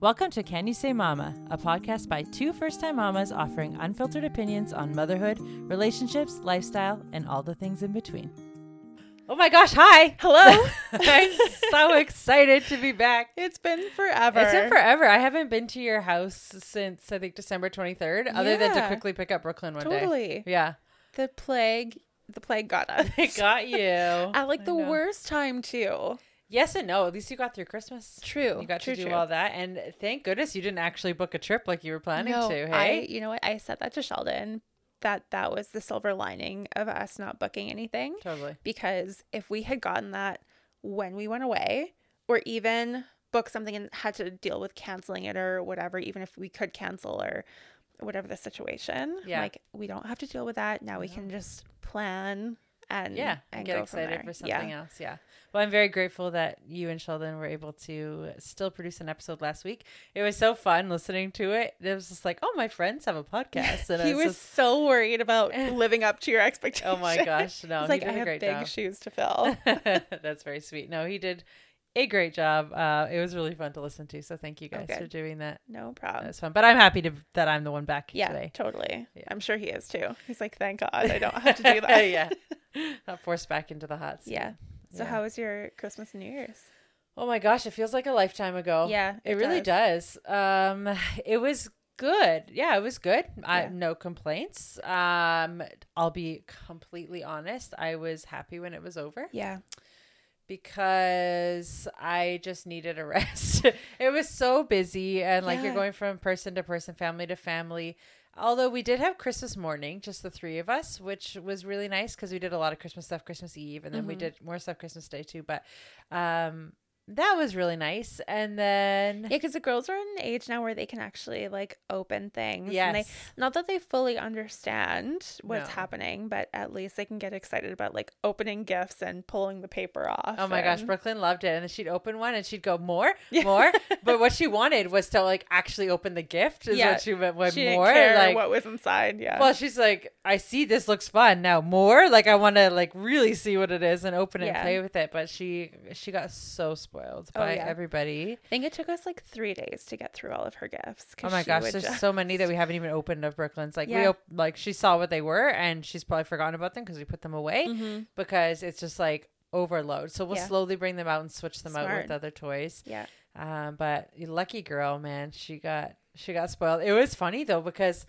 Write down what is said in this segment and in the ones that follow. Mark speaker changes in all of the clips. Speaker 1: Welcome to Can You Say Mama, a podcast by two first time mamas offering unfiltered opinions on motherhood, relationships, lifestyle, and all the things in between. Oh my gosh, hi.
Speaker 2: Hello.
Speaker 1: I'm so excited to be back.
Speaker 2: It's been forever.
Speaker 1: It's been forever. I haven't been to your house since I think December 23rd, other than to
Speaker 2: Yeah.
Speaker 1: quickly pick up Brooklyn one
Speaker 2: Totally.
Speaker 1: day. Yeah.
Speaker 2: The plague. The plague got us.
Speaker 1: It got you.
Speaker 2: At like the
Speaker 1: know.
Speaker 2: worst time too.
Speaker 1: Yes and no. At least you got through Christmas.
Speaker 2: True.
Speaker 1: You got
Speaker 2: true,
Speaker 1: to do
Speaker 2: true.
Speaker 1: all that. And thank goodness you didn't actually book a trip like you were planning
Speaker 2: No,
Speaker 1: to.
Speaker 2: I,
Speaker 1: Hey.
Speaker 2: you know what? I said that to Sheldon. That that was the silver lining of us not booking anything.
Speaker 1: totally.
Speaker 2: Because if we had gotten that when we went away, or even booked something and had to deal with canceling it or whatever, even if we could cancel or whatever the situation,
Speaker 1: Yeah.
Speaker 2: like we don't have to deal with that. Now we can just plan and
Speaker 1: Yeah.
Speaker 2: and
Speaker 1: get
Speaker 2: go from
Speaker 1: excited
Speaker 2: there.
Speaker 1: for something else. Yeah. Well, I'm very grateful that you and Sheldon were able to still produce an episode last week. It was so fun listening to it. It was just like, oh, my friends have a podcast. And I
Speaker 2: he was
Speaker 1: just-
Speaker 2: so worried about living up to your expectations.
Speaker 1: oh my gosh. No,
Speaker 2: He's
Speaker 1: he
Speaker 2: like,
Speaker 1: did
Speaker 2: I
Speaker 1: a
Speaker 2: have
Speaker 1: great
Speaker 2: big
Speaker 1: job.
Speaker 2: shoes to fill.
Speaker 1: That's very sweet. No, he did a great job. Uh, it was really fun to listen to. So thank you guys
Speaker 2: Oh, good.
Speaker 1: for doing that.
Speaker 2: No
Speaker 1: That
Speaker 2: problem.
Speaker 1: was fun. But I'm happy to, that I'm the one back
Speaker 2: Yeah,
Speaker 1: today.
Speaker 2: totally.
Speaker 1: Yeah.
Speaker 2: I'm sure he is too. He's like, thank God I don't have to do that.
Speaker 1: yeah. Not forced back into the hot seat.
Speaker 2: Yeah. So
Speaker 1: Yeah.
Speaker 2: how was your Christmas and New Year's?
Speaker 1: Oh my gosh, it feels like a lifetime ago.
Speaker 2: Yeah,
Speaker 1: Oh, It,
Speaker 2: it
Speaker 1: really does. Um it was good. Yeah, it was good. I
Speaker 2: Yeah.
Speaker 1: no complaints. Um I'll be completely honest, I was happy when it was over
Speaker 2: Yeah.
Speaker 1: because I just needed a rest. it was so busy and like you're
Speaker 2: Yeah.
Speaker 1: going from person to person, family to family. Although we did have Christmas morning, just the three of us, which was really nice because we did a lot of Christmas stuff Christmas Eve and then we
Speaker 2: Mhm.
Speaker 1: did more stuff Christmas Day too. But um that was really nice. And then
Speaker 2: Yeah, because the girls are at an age now where they can actually like open things.
Speaker 1: yes.
Speaker 2: And they, not that they fully understand what's
Speaker 1: No.
Speaker 2: happening, but at least they can get excited about like opening gifts and pulling the paper off.
Speaker 1: Oh my gosh,
Speaker 2: and-
Speaker 1: Brooklyn loved it. And then she'd open one and she'd go, More,
Speaker 2: Yeah.
Speaker 1: more. but what she wanted was to like actually open the gift is
Speaker 2: Yeah.
Speaker 1: what she meant by
Speaker 2: she
Speaker 1: more.
Speaker 2: didn't care
Speaker 1: like
Speaker 2: what was inside. Yeah.
Speaker 1: Well, she's like, I see this looks fun now more. Like I want to like really see what it is and open it and
Speaker 2: Yeah.
Speaker 1: play with it. But she she got so spoiled
Speaker 2: Oh,
Speaker 1: by
Speaker 2: yeah.
Speaker 1: everybody.
Speaker 2: I think it took us like three days to get through all of her gifts. 'cause
Speaker 1: Oh my
Speaker 2: she
Speaker 1: gosh,
Speaker 2: would
Speaker 1: there's
Speaker 2: just-
Speaker 1: so many that we haven't even opened of Brooklyn's. Like we
Speaker 2: Yeah.
Speaker 1: op- like she saw what they were and she's probably forgotten about them because we put them away
Speaker 2: Mhm.
Speaker 1: because it's just like overload. So we'll
Speaker 2: Yeah.
Speaker 1: slowly bring them out and switch them out with
Speaker 2: Smart.
Speaker 1: other toys.
Speaker 2: Yeah.
Speaker 1: Um, but lucky girl, man, she got she got spoiled. It was funny though because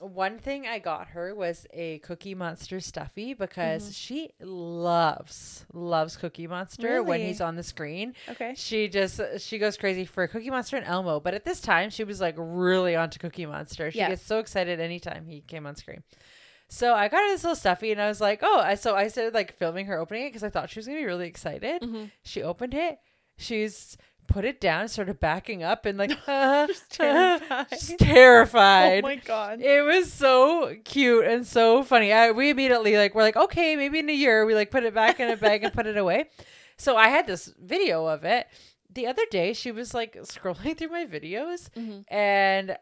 Speaker 1: one thing I got her was a Cookie Monster stuffy because
Speaker 2: Mm-hmm.
Speaker 1: she loves loves Cookie Monster when
Speaker 2: Really?
Speaker 1: he's on the screen.
Speaker 2: Okay.
Speaker 1: She just she goes crazy for Cookie Monster and Elmo. But at this time, she was like really onto Cookie Monster. She
Speaker 2: Yeah.
Speaker 1: gets so excited anytime he came on screen. So I got her this little stuffy, and I was like, oh. I- So I started like filming her opening it because I thought she was gonna be really
Speaker 2: Mm-hmm.
Speaker 1: excited. She opened it. She's put it down, started backing up, and like uh,
Speaker 2: She's
Speaker 1: She's
Speaker 2: terrified. Oh
Speaker 1: terrified.
Speaker 2: my god.
Speaker 1: It was so cute and so funny. I, we immediately like we're like, okay, maybe in a year we like put it back in a bag and put it away. So I had this video of it the other day. She was like scrolling through my videos
Speaker 2: Mhm.
Speaker 1: and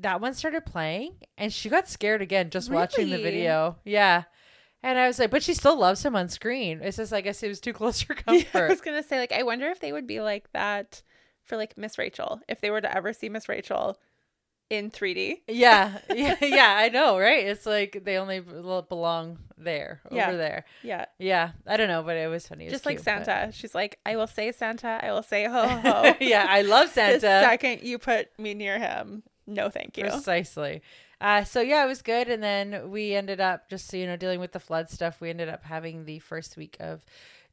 Speaker 1: that one started playing and she got scared again just watching the
Speaker 2: Really?
Speaker 1: video. Yeah. And I was like, but she still loves him on screen. It's just, I guess it was too close for
Speaker 2: Yeah,
Speaker 1: comfort.
Speaker 2: I was gonna say, like, I wonder if they would be like that for like Miss Rachel, if they were to ever see Miss Rachel in 3D.
Speaker 1: Yeah, yeah, yeah. I know, right? It's like they only b- belong there,
Speaker 2: Yeah.
Speaker 1: over there.
Speaker 2: Yeah.
Speaker 1: Yeah, I don't know, but it was funny. It was
Speaker 2: Just like
Speaker 1: cute, but-
Speaker 2: Santa. Oh, She's like, I will say Santa, I will say ho ho.
Speaker 1: yeah, I love
Speaker 2: The
Speaker 1: Santa.
Speaker 2: second you put me near him, no thank you.
Speaker 1: Precisely. Uh, so yeah, it was good, and then we ended up just so you know dealing with the flood stuff. We ended up having the first week of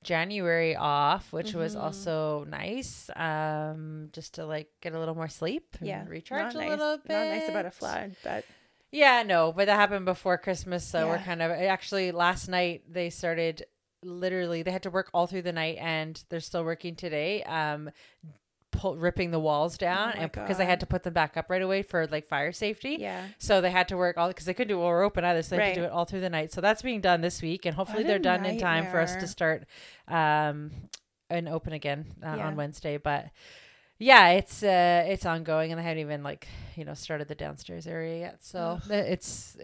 Speaker 1: January off, which was
Speaker 2: Mhm.
Speaker 1: also nice, um, just to like get a little more sleep, and
Speaker 2: Yeah.
Speaker 1: recharge
Speaker 2: not
Speaker 1: a
Speaker 2: nice,
Speaker 1: little bit.
Speaker 2: Not nice about a flood, but
Speaker 1: Yeah, no, but that happened before Christmas, so we're
Speaker 2: Yeah.
Speaker 1: kind of actually last night they started literally they had to work all through the night and they're still working today. Um pull, ripping the walls down
Speaker 2: Oh my
Speaker 1: and because they had
Speaker 2: God.
Speaker 1: to put them back up right away for like fire safety.
Speaker 2: yeah.
Speaker 1: So they had to work all because they couldn't do it while we're open either. So they had to
Speaker 2: Right.
Speaker 1: do it all through the night. So that's being done this week, and hopefully
Speaker 2: What
Speaker 1: they're
Speaker 2: a
Speaker 1: done in time for us to
Speaker 2: nightmare.
Speaker 1: start um, and open again uh,
Speaker 2: Yeah.
Speaker 1: on Wednesday. But yeah, it's uh, it's ongoing, and they haven't even like you know started the downstairs area yet. So th- it's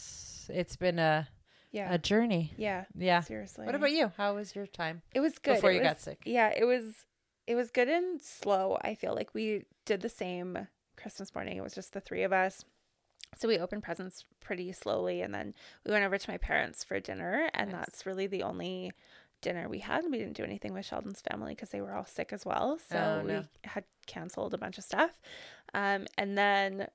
Speaker 1: it's it's been a
Speaker 2: Yeah.
Speaker 1: a journey.
Speaker 2: yeah.
Speaker 1: Yeah.
Speaker 2: Seriously.
Speaker 1: What about you? How was your time
Speaker 2: It was good.
Speaker 1: before
Speaker 2: It
Speaker 1: you
Speaker 2: was-
Speaker 1: got sick?
Speaker 2: Yeah, it was it was good and slow. I feel like we did the same Christmas morning. It was just the three of us. So we opened presents pretty slowly and then we went over to my parents for dinner and
Speaker 1: Nice.
Speaker 2: that's really the only dinner we had. We didn't do anything with Sheldon's family because they were all sick as well. So
Speaker 1: Oh, no.
Speaker 2: we had canceled a bunch of stuff. Um and then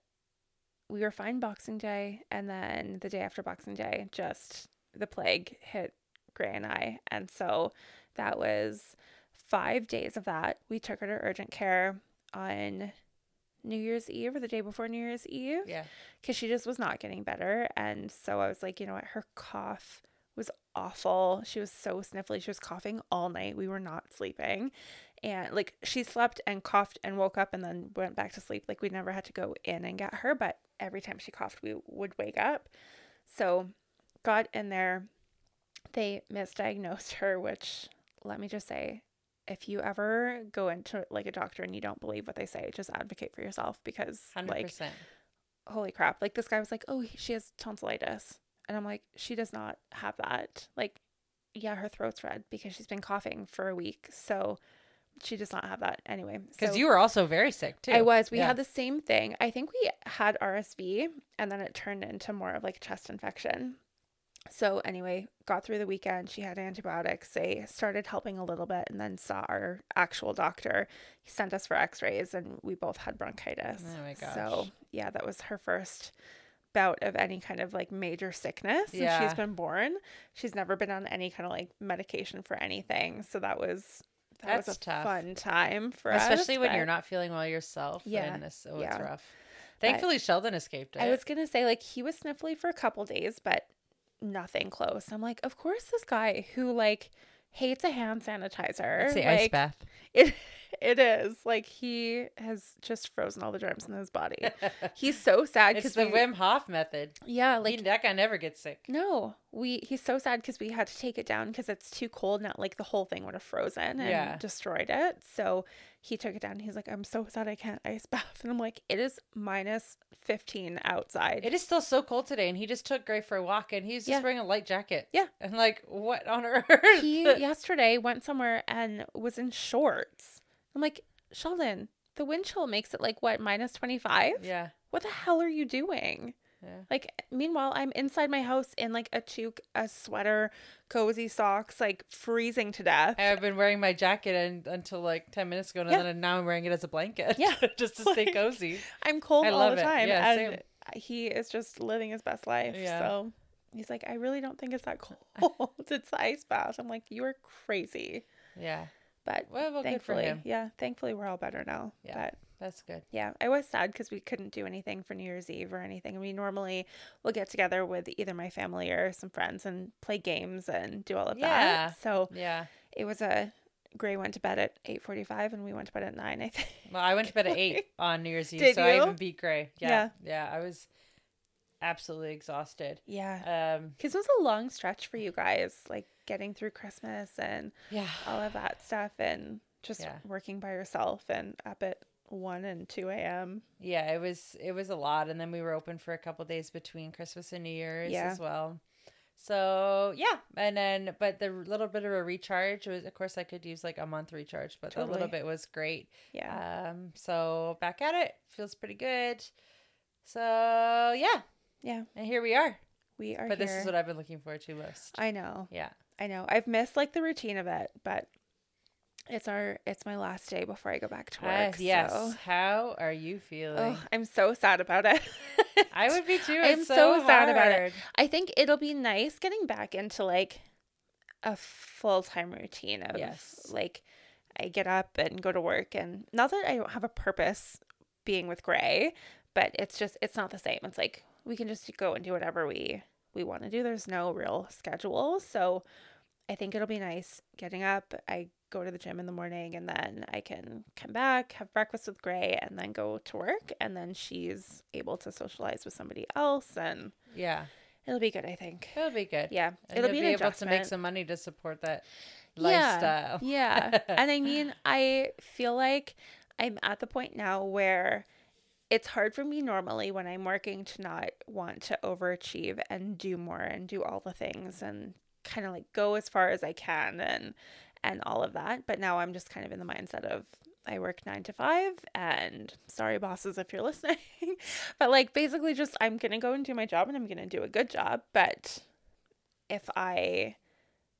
Speaker 2: we were fine Boxing Day and then the day after Boxing Day just the plague hit Gray and I. And so that was five days of that. We took her to urgent care on New Year's Eve or the day before New Year's Eve
Speaker 1: Yeah.
Speaker 2: because she just was not getting better. And so I was like, you know what? Her cough was awful. She was so sniffly. She was coughing all night. We were not sleeping. And like she slept and coughed and woke up and then went back to sleep. Like we never had to go in and get her, but every time she coughed, we would wake up. So got in there. They misdiagnosed her, which let me just say, if you ever go into like a doctor and you don't believe what they say, just advocate for yourself because
Speaker 1: 100%.
Speaker 2: like holy crap like this guy was like oh he- she has tonsillitis and i'm like she does not have that like yeah her throat's red because she's been coughing for a week so she does not have that anyway
Speaker 1: Because
Speaker 2: So
Speaker 1: you were also very sick too.
Speaker 2: i was we
Speaker 1: Yeah.
Speaker 2: had the same thing i think we had rsv and then it turned into more of like chest infection so anyway got through the weekend she had antibiotics they started helping a little bit and then saw our actual doctor he sent us for x-rays and we both had bronchitis
Speaker 1: Oh my
Speaker 2: so
Speaker 1: gosh.
Speaker 2: yeah that was her first bout of any kind of like major sickness since
Speaker 1: Yeah.
Speaker 2: she's been born she's never been on any kind of like medication for anything so that was that was
Speaker 1: That's
Speaker 2: a
Speaker 1: tough.
Speaker 2: fun time for us
Speaker 1: Especially when you're
Speaker 2: but-
Speaker 1: not feeling well yourself.
Speaker 2: Yeah,
Speaker 1: Yeah. And this, oh, it's
Speaker 2: yeah.
Speaker 1: rough. Thankfully, Sheldon escaped it.
Speaker 2: I was gonna say like he was sniffly for a couple days, but nothing close. I'm like, of course, this guy who like hates a hand sanitizer.
Speaker 1: it's the
Speaker 2: like,
Speaker 1: ice bath.
Speaker 2: It it is like he has just frozen all the germs in his body. He's so sad
Speaker 1: It's
Speaker 2: because
Speaker 1: the Wim Hof method.
Speaker 2: Yeah,
Speaker 1: Like,
Speaker 2: like
Speaker 1: that guy never gets sick.
Speaker 2: no, we he's so sad because we had to take it down because it's too cold now. Like the whole thing would have frozen and
Speaker 1: Yeah.
Speaker 2: destroyed it. So he took it down. And he's like, I'm so sad I can't ice bath. And I'm like, it is minus 15 outside.
Speaker 1: It is still so cold today, and he just took Gray for a walk, and he's just
Speaker 2: Yeah.
Speaker 1: wearing a light jacket.
Speaker 2: Yeah.
Speaker 1: And like, what on earth?
Speaker 2: he yesterday went somewhere and was in shorts. I'm like, Sheldon, the wind chill makes it like what minus 25.
Speaker 1: yeah.
Speaker 2: What the hell are you doing?
Speaker 1: Yeah.
Speaker 2: Like, meanwhile, I'm inside my house in like a toque, a sweater, cozy socks, like freezing to death.
Speaker 1: I've been wearing my jacket and, until like 10 minutes ago, and
Speaker 2: Yeah.
Speaker 1: then now I'm wearing it as a blanket.
Speaker 2: Yeah.
Speaker 1: just to stay
Speaker 2: Like-
Speaker 1: cozy.
Speaker 2: I'm cold
Speaker 1: I
Speaker 2: all
Speaker 1: love
Speaker 2: the
Speaker 1: it.
Speaker 2: time.
Speaker 1: Yeah,
Speaker 2: and he is just living his best life.
Speaker 1: Yeah.
Speaker 2: So he's like, I really don't think it's that cold. it's the ice bath. I'm like, you are crazy.
Speaker 1: Yeah.
Speaker 2: But
Speaker 1: Well, well good for
Speaker 2: thankfully,
Speaker 1: him.
Speaker 2: yeah, thankfully we're all better now.
Speaker 1: Yeah.
Speaker 2: But
Speaker 1: That's good.
Speaker 2: Yeah, I was sad because we couldn't do anything for New Year's Eve or anything. We normally will get together with either my family or some friends and play games and do all of
Speaker 1: Yeah.
Speaker 2: that. So
Speaker 1: Yeah.
Speaker 2: it was a Gray went to bed at eight forty five and we went to bed at nine. I think
Speaker 1: Well, I went to bed at eight on New Year's Eve,
Speaker 2: Did
Speaker 1: so I
Speaker 2: you?
Speaker 1: even beat Gray. Yeah, yeah, I was absolutely exhausted.
Speaker 2: yeah,
Speaker 1: Um,
Speaker 2: because it was a long stretch for you guys, like getting through Christmas and
Speaker 1: yeah,
Speaker 2: all of that stuff, and just
Speaker 1: Yeah.
Speaker 2: working by yourself and up at one and two a.m.
Speaker 1: yeah, it was it was a lot, and then we were open for a couple days between Christmas and New Year's
Speaker 2: Yeah.
Speaker 1: as well. So yeah, and then but the little bit of a recharge was, of course, I could use like a month recharge, but the little
Speaker 2: Totally.
Speaker 1: bit was great.
Speaker 2: Yeah,
Speaker 1: Um, so back at it feels pretty good. So yeah,
Speaker 2: Yeah.
Speaker 1: and here we are.
Speaker 2: we are.
Speaker 1: But
Speaker 2: here.
Speaker 1: this is what I've been looking forward to most.
Speaker 2: I know.
Speaker 1: Yeah,
Speaker 2: I know. I've missed like the routine of it, but it's our it's my last day before I go back to
Speaker 1: Ah,
Speaker 2: work.
Speaker 1: yes.
Speaker 2: So.
Speaker 1: How are you feeling?
Speaker 2: Ugh, I'm so sad about it.
Speaker 1: I would be too.
Speaker 2: I'm
Speaker 1: it's
Speaker 2: so sad about it.
Speaker 1: hard.
Speaker 2: I think it'll be nice getting back into like a full time routine of
Speaker 1: Yes.
Speaker 2: like I get up and go to work and not that I don't have a purpose being with Gray, but it's just it's not the same. It's like we can just go and do whatever we we want to do. There's no real schedule. So I think it'll be nice getting up. I go to the gym in the morning and then I can come back, have breakfast with Gray and then go to work and then she's able to socialize with somebody else and
Speaker 1: Yeah,
Speaker 2: It'll be good, I think.
Speaker 1: it'll be good.
Speaker 2: Yeah,
Speaker 1: And
Speaker 2: it'll
Speaker 1: you'll
Speaker 2: be,
Speaker 1: be,
Speaker 2: an
Speaker 1: able to make
Speaker 2: adjustment.
Speaker 1: some money to support that
Speaker 2: Yeah.
Speaker 1: lifestyle.
Speaker 2: Yeah, and I mean, I feel like I'm at the point now where it's hard for me normally when I'm working to not want to overachieve and do more and do all the things and kind of like go as far as I can and and all of that. But now I'm just kind of in the mindset of I work nine to five and sorry, bosses, if you're listening. but like basically, just I'm going to go and do my job and I'm going to do a good job. But if I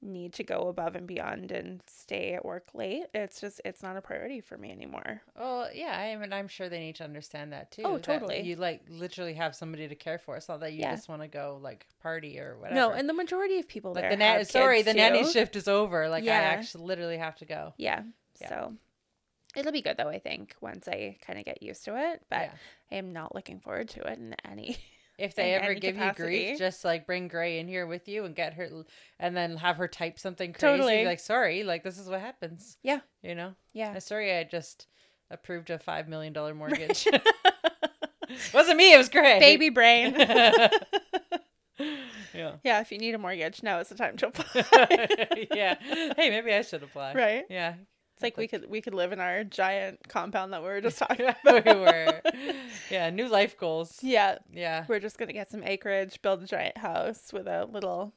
Speaker 2: need to go above and beyond and stay at work late, it's just, it's not a priority for me anymore.
Speaker 1: Oh yeah, I mean, I'm sure they need to understand that too.
Speaker 2: Oh,
Speaker 1: that
Speaker 2: totally.
Speaker 1: you like literally have somebody to care for. It's not that you
Speaker 2: Yeah.
Speaker 1: just want to go like party or whatever.
Speaker 2: No, and the majority of people
Speaker 1: like
Speaker 2: there
Speaker 1: the
Speaker 2: have
Speaker 1: nanny. Sorry,
Speaker 2: kids
Speaker 1: the nanny
Speaker 2: too.
Speaker 1: shift is over. Like
Speaker 2: Yeah.
Speaker 1: I actually literally have to go.
Speaker 2: Yeah.
Speaker 1: Yeah.
Speaker 2: So it'll be good though, I think, once I kind of get used to it. But
Speaker 1: Yeah.
Speaker 2: I am not looking forward to it in any.
Speaker 1: If they
Speaker 2: in
Speaker 1: ever
Speaker 2: any
Speaker 1: give you
Speaker 2: capacity.
Speaker 1: grief, just like bring Gray in here with you and get her, and then have her type something crazy.
Speaker 2: Totally.
Speaker 1: Be like, sorry, like this is what happens.
Speaker 2: Yeah.
Speaker 1: you know,
Speaker 2: Yeah.
Speaker 1: "I'm sorry, I just approved a five million dollar mortgage. Wasn't me, it was Gray.
Speaker 2: Baby brain.
Speaker 1: yeah,
Speaker 2: yeah, if you need a mortgage, now is the time to apply.
Speaker 1: yeah. Hey, maybe I should apply.
Speaker 2: right?
Speaker 1: Yeah,
Speaker 2: It's like we could we could live in our giant compound that we were just talking
Speaker 1: we
Speaker 2: about.
Speaker 1: were. Yeah, new life goals.
Speaker 2: Yeah.
Speaker 1: Yeah.
Speaker 2: We're just gonna get some acreage, build a giant house with a little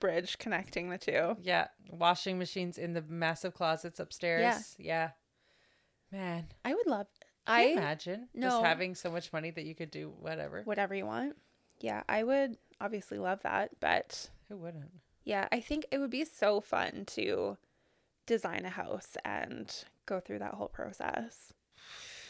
Speaker 2: bridge connecting the two.
Speaker 1: Yeah, washing machines in the massive closets upstairs. Yeah. Man,
Speaker 2: I would love
Speaker 1: can you
Speaker 2: I
Speaker 1: imagine
Speaker 2: no.
Speaker 1: just having so much money that you could do whatever.
Speaker 2: whatever you want. Yeah, I would obviously love that, but
Speaker 1: Who wouldn't?
Speaker 2: Yeah, I think it would be so fun to design a house and go through that whole process.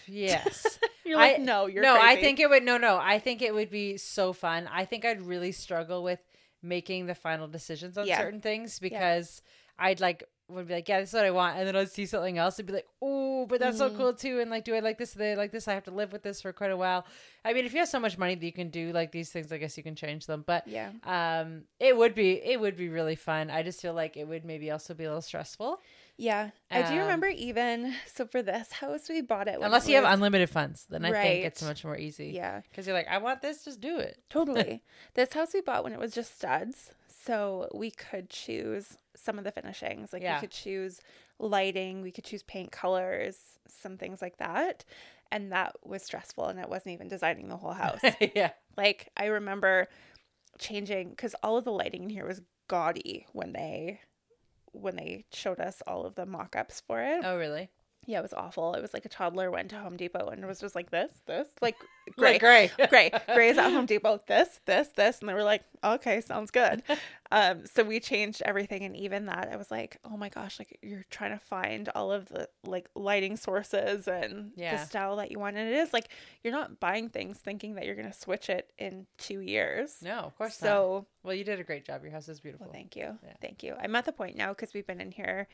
Speaker 1: Yes.
Speaker 2: You're
Speaker 1: I-
Speaker 2: like, no, you're
Speaker 1: no, I
Speaker 2: crazy."
Speaker 1: think it would no no, I think it would be so fun. I think I'd really struggle with making the final decisions on
Speaker 2: Yeah.
Speaker 1: certain things because I'd like would be like, yeah, this is what I want, and then I'd see something else and be like, oh, but that's so
Speaker 2: Mhm.
Speaker 1: cool too, and like, do I like this? Do I like this? I have to live with this for quite a while. I mean, if you have so much money that you can do like these things, I guess you can change them. But
Speaker 2: yeah,
Speaker 1: um, it would be it would be really fun. I just feel like it would maybe also be a little stressful
Speaker 2: yeah. I do
Speaker 1: Um,
Speaker 2: remember even so for this house we bought it when
Speaker 1: unless
Speaker 2: it
Speaker 1: you have
Speaker 2: was-
Speaker 1: unlimited funds. Then I think it's
Speaker 2: Right.
Speaker 1: much more easy.
Speaker 2: yeah
Speaker 1: because you're like, I want this, just do it.
Speaker 2: totally this house we bought when it was just studs so we could choose some of the finishings like
Speaker 1: Yeah.
Speaker 2: we could choose lighting we could choose paint colors some things like that and that was stressful and it wasn't even designing the whole house
Speaker 1: yeah.
Speaker 2: Like I remember changing because all of the lighting in here was gaudy when they when they showed us all of the mock-ups for it.
Speaker 1: Oh, really?
Speaker 2: Yeah, it was awful. It was like a toddler went to Home Depot and was just like this, this, like
Speaker 1: Great,
Speaker 2: gray,
Speaker 1: great,
Speaker 2: gray, gray's at Home Depot, this, this, this, and they were like, okay, sounds good. Um, so we changed everything, and even that, I was like, oh my gosh, like you're trying to find all of the like lighting sources and the
Speaker 1: Yeah.
Speaker 2: style that you want, and it is like you're not buying things thinking that you're gonna switch it in two years.
Speaker 1: No, of course not.
Speaker 2: so
Speaker 1: Well, you did a great job. Your house is beautiful.
Speaker 2: well, thank you.
Speaker 1: Yeah.
Speaker 2: Thank you. I'm at the point now because we've been in here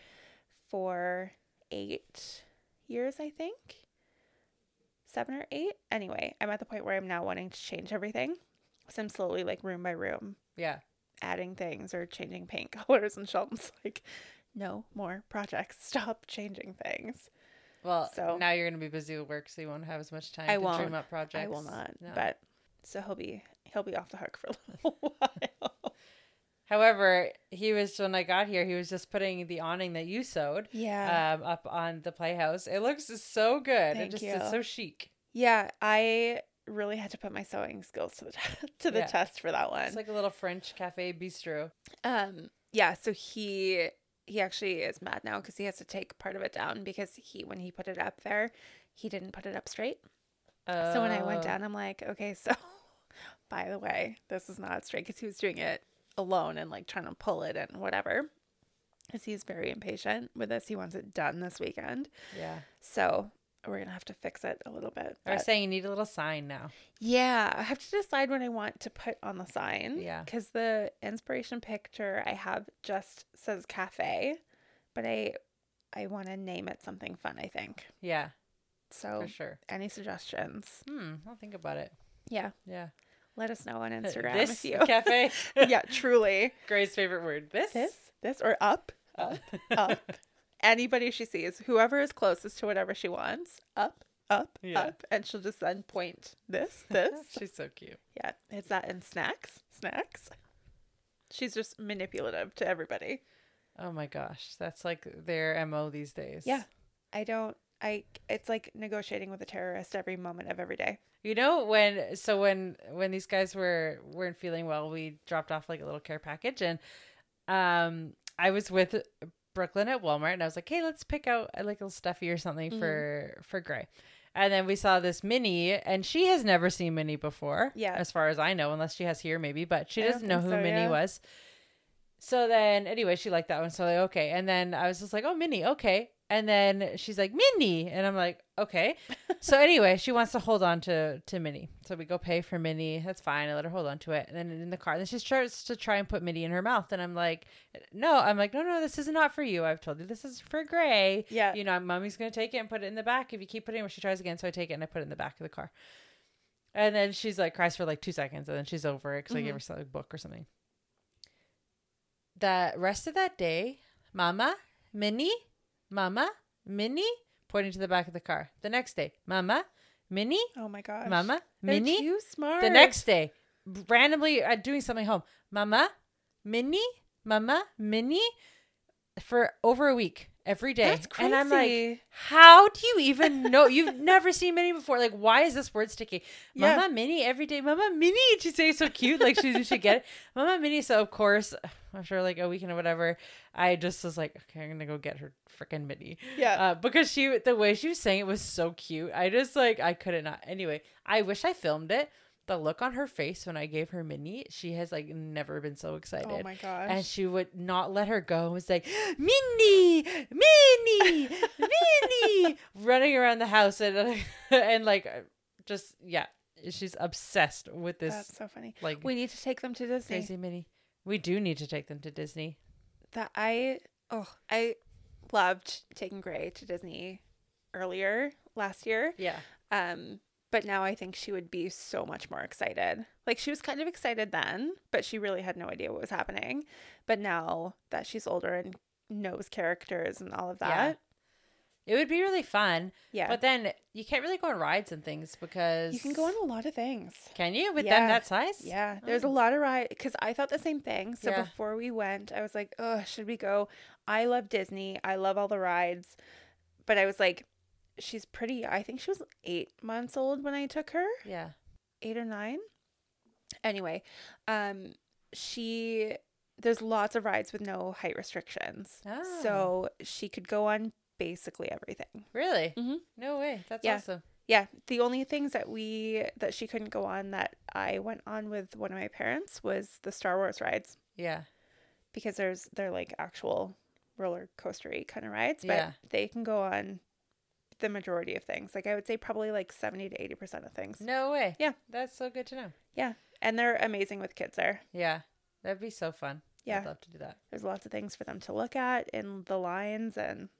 Speaker 2: for eight years, I think. Seven or eight. Anyway, I'm at the point where I'm now wanting to change everything. So I'm slowly, like, room by room,
Speaker 1: yeah.
Speaker 2: adding things or changing paint colors. And Shelton's like, no more projects. Stop changing things.
Speaker 1: Well,
Speaker 2: So-
Speaker 1: now you're gonna be busy with work, so you won't have as much time
Speaker 2: I
Speaker 1: to
Speaker 2: won't.
Speaker 1: dream up projects.
Speaker 2: I will not.
Speaker 1: No.
Speaker 2: But so he'll be he'll be off the hook for a little while.
Speaker 1: however, he was when I got here, he was just putting the awning that you sewed
Speaker 2: Yeah.
Speaker 1: um, up on the playhouse. It looks so good.
Speaker 2: Thank
Speaker 1: it just
Speaker 2: you.
Speaker 1: is so chic.
Speaker 2: Yeah, I really had to put my sewing skills to the te- to the
Speaker 1: Yeah.
Speaker 2: test for that one.
Speaker 1: It's like a little French cafe bistro.
Speaker 2: um, yeah, so he he actually is mad now because he has to take part of it down because he when he put it up there, he didn't put it up straight. So when I went
Speaker 1: Oh.
Speaker 2: down, I'm like, okay, so by the way, this is not straight because he was doing it alone and like trying to pull it and whatever. Because he's very impatient with this, he wants it done this weekend.
Speaker 1: yeah,
Speaker 2: So we're gonna have to fix it a little bit.
Speaker 1: I
Speaker 2: but-
Speaker 1: was saying you need a little sign now.
Speaker 2: yeah, I have to decide what I want to put on the sign.
Speaker 1: Yeah.
Speaker 2: Because the inspiration picture I have just says cafe, but I I want to name it something fun, I think.
Speaker 1: Yeah,
Speaker 2: So Oh.
Speaker 1: for sure.
Speaker 2: any suggestions?
Speaker 1: Hmm, I'll think about it.
Speaker 2: Yeah.
Speaker 1: Yeah,
Speaker 2: Let us know on Instagram
Speaker 1: this
Speaker 2: if you
Speaker 1: cafe.
Speaker 2: Yeah, truly.
Speaker 1: Gray's favorite word. This.
Speaker 2: This, this or up,
Speaker 1: Uh,
Speaker 2: up. Anybody she sees, whoever is closest to whatever she wants, up, up,
Speaker 1: Yeah.
Speaker 2: up. And she'll just then point this, this.
Speaker 1: She's so cute.
Speaker 2: Yeah, it's that and snacks. Snacks. She's just manipulative to everybody.
Speaker 1: Oh my gosh, that's like their mo these days.
Speaker 2: Yeah. I don't I it's like negotiating with a terrorist every moment of every day.
Speaker 1: You know when so when when these guys were weren't feeling well, we dropped off like a little care package and um I was with Brooklyn at Walmart, and I was like, "Hey, let's pick out uh, like a little stuffy or something
Speaker 2: Mm-hmm.
Speaker 1: for for Gray." And then we saw this Minnie, and she has never seen Minnie before.
Speaker 2: Yeah.
Speaker 1: as far as I know, unless she has here maybe, but she
Speaker 2: I don't
Speaker 1: doesn't know
Speaker 2: think
Speaker 1: who
Speaker 2: so,
Speaker 1: Minnie
Speaker 2: yeah.
Speaker 1: was. So then, anyway, she liked that one. So like, okay, and then I was just like, "Oh, Minnie, okay." And then she's like, "Minnie," and I'm like, "Okay." so anyway, she wants to hold on to to Minnie. So we go pay for Minnie. That's fine. I let her hold on to it. And then in the car, then she starts to try and put Minnie in her mouth. And I'm like, no, I'm like, no, no, this is not for you. I've told you this is for Gray.
Speaker 2: Yeah.
Speaker 1: You know, mommy's gonna take it and put it in the back. If you keep putting it, she tries again. So I take it and I put it in the back of the car. And then she's like cries for like two seconds, and then she's over it because I gave her some book or something. The rest of that day, Mama, Minnie, Mama, Minnie, pointing to the back of the car. The next day, Mama, Minnie,
Speaker 2: Oh my gosh.
Speaker 1: Mama,
Speaker 2: They're
Speaker 1: Minnie.
Speaker 2: too smart.
Speaker 1: The next day, randomly uh, doing something home, Mama, Minnie, Mama, Minnie, for over a week every day.
Speaker 2: That's
Speaker 1: And I'm like,
Speaker 2: crazy.
Speaker 1: how do you even know? You've never seen Minnie before. Like, why is this word sticky?
Speaker 2: Yeah.
Speaker 1: Mama Minnie every day. Mama Minnie. She's saying so cute. Like she should get it. Mama Minnie. So of course, after like a weekend or whatever, I just was like, okay, I'm gonna go get her freaking Minnie.
Speaker 2: Yeah.
Speaker 1: Uh, because she, the way she was saying it was so cute. I just like I couldn't not. Anyway, I wish I filmed it. The look on her face when I gave her Minnie, she has like never been so excited.
Speaker 2: oh my gosh.
Speaker 1: And she would not let her go and was like, Minnie, Minnie, Minnie, running around the house and, and like, uh, just, yeah, she's obsessed with this,
Speaker 2: That's so funny.
Speaker 1: like,
Speaker 2: We need to take them to Disney.
Speaker 1: crazy Minnie. We do need to take them to Disney.
Speaker 2: That I oh I loved taking Gray to Disney earlier last year.
Speaker 1: Yeah.
Speaker 2: Um, but now I think she would be so much more excited. Like she was kind of excited then, but she really had no idea what was happening. But now that she's older and knows characters and all of that,
Speaker 1: It would be really fun.
Speaker 2: yeah,
Speaker 1: But then you can't really go on rides and things because.
Speaker 2: you can go on a lot of things.
Speaker 1: Can you with
Speaker 2: Yeah.
Speaker 1: them that size?
Speaker 2: Yeah, there's a lot of ride because I thought the same thing.
Speaker 1: Oh.
Speaker 2: So
Speaker 1: Yeah.
Speaker 2: before we went, I was like, "Oh, should we go?" I love Disney. I love all the rides, but I was like, "She's pretty." I think she was eight months old when I took her,
Speaker 1: Yeah.
Speaker 2: eight or nine. Anyway, um, she there's lots of rides with no height restrictions, so she could go on basically everything.
Speaker 1: Really?
Speaker 2: Mhm.
Speaker 1: No way. That's
Speaker 2: Yeah.
Speaker 1: awesome.
Speaker 2: Yeah, the only things that we that she couldn't go on that I went on with one of my parents was the Star Wars rides.
Speaker 1: Yeah.
Speaker 2: because there's they're like actual roller coastery kind of rides, but
Speaker 1: Yeah.
Speaker 2: they can go on the majority of things. Like I would say probably like 70 to 80% of things.
Speaker 1: No way.
Speaker 2: Yeah.
Speaker 1: That's so good to know.
Speaker 2: And they're amazing with kids there.
Speaker 1: Yeah. That'd be so fun.
Speaker 2: Yeah.
Speaker 1: I'd love to do that.
Speaker 2: There's lots of things for them to look at in the lines and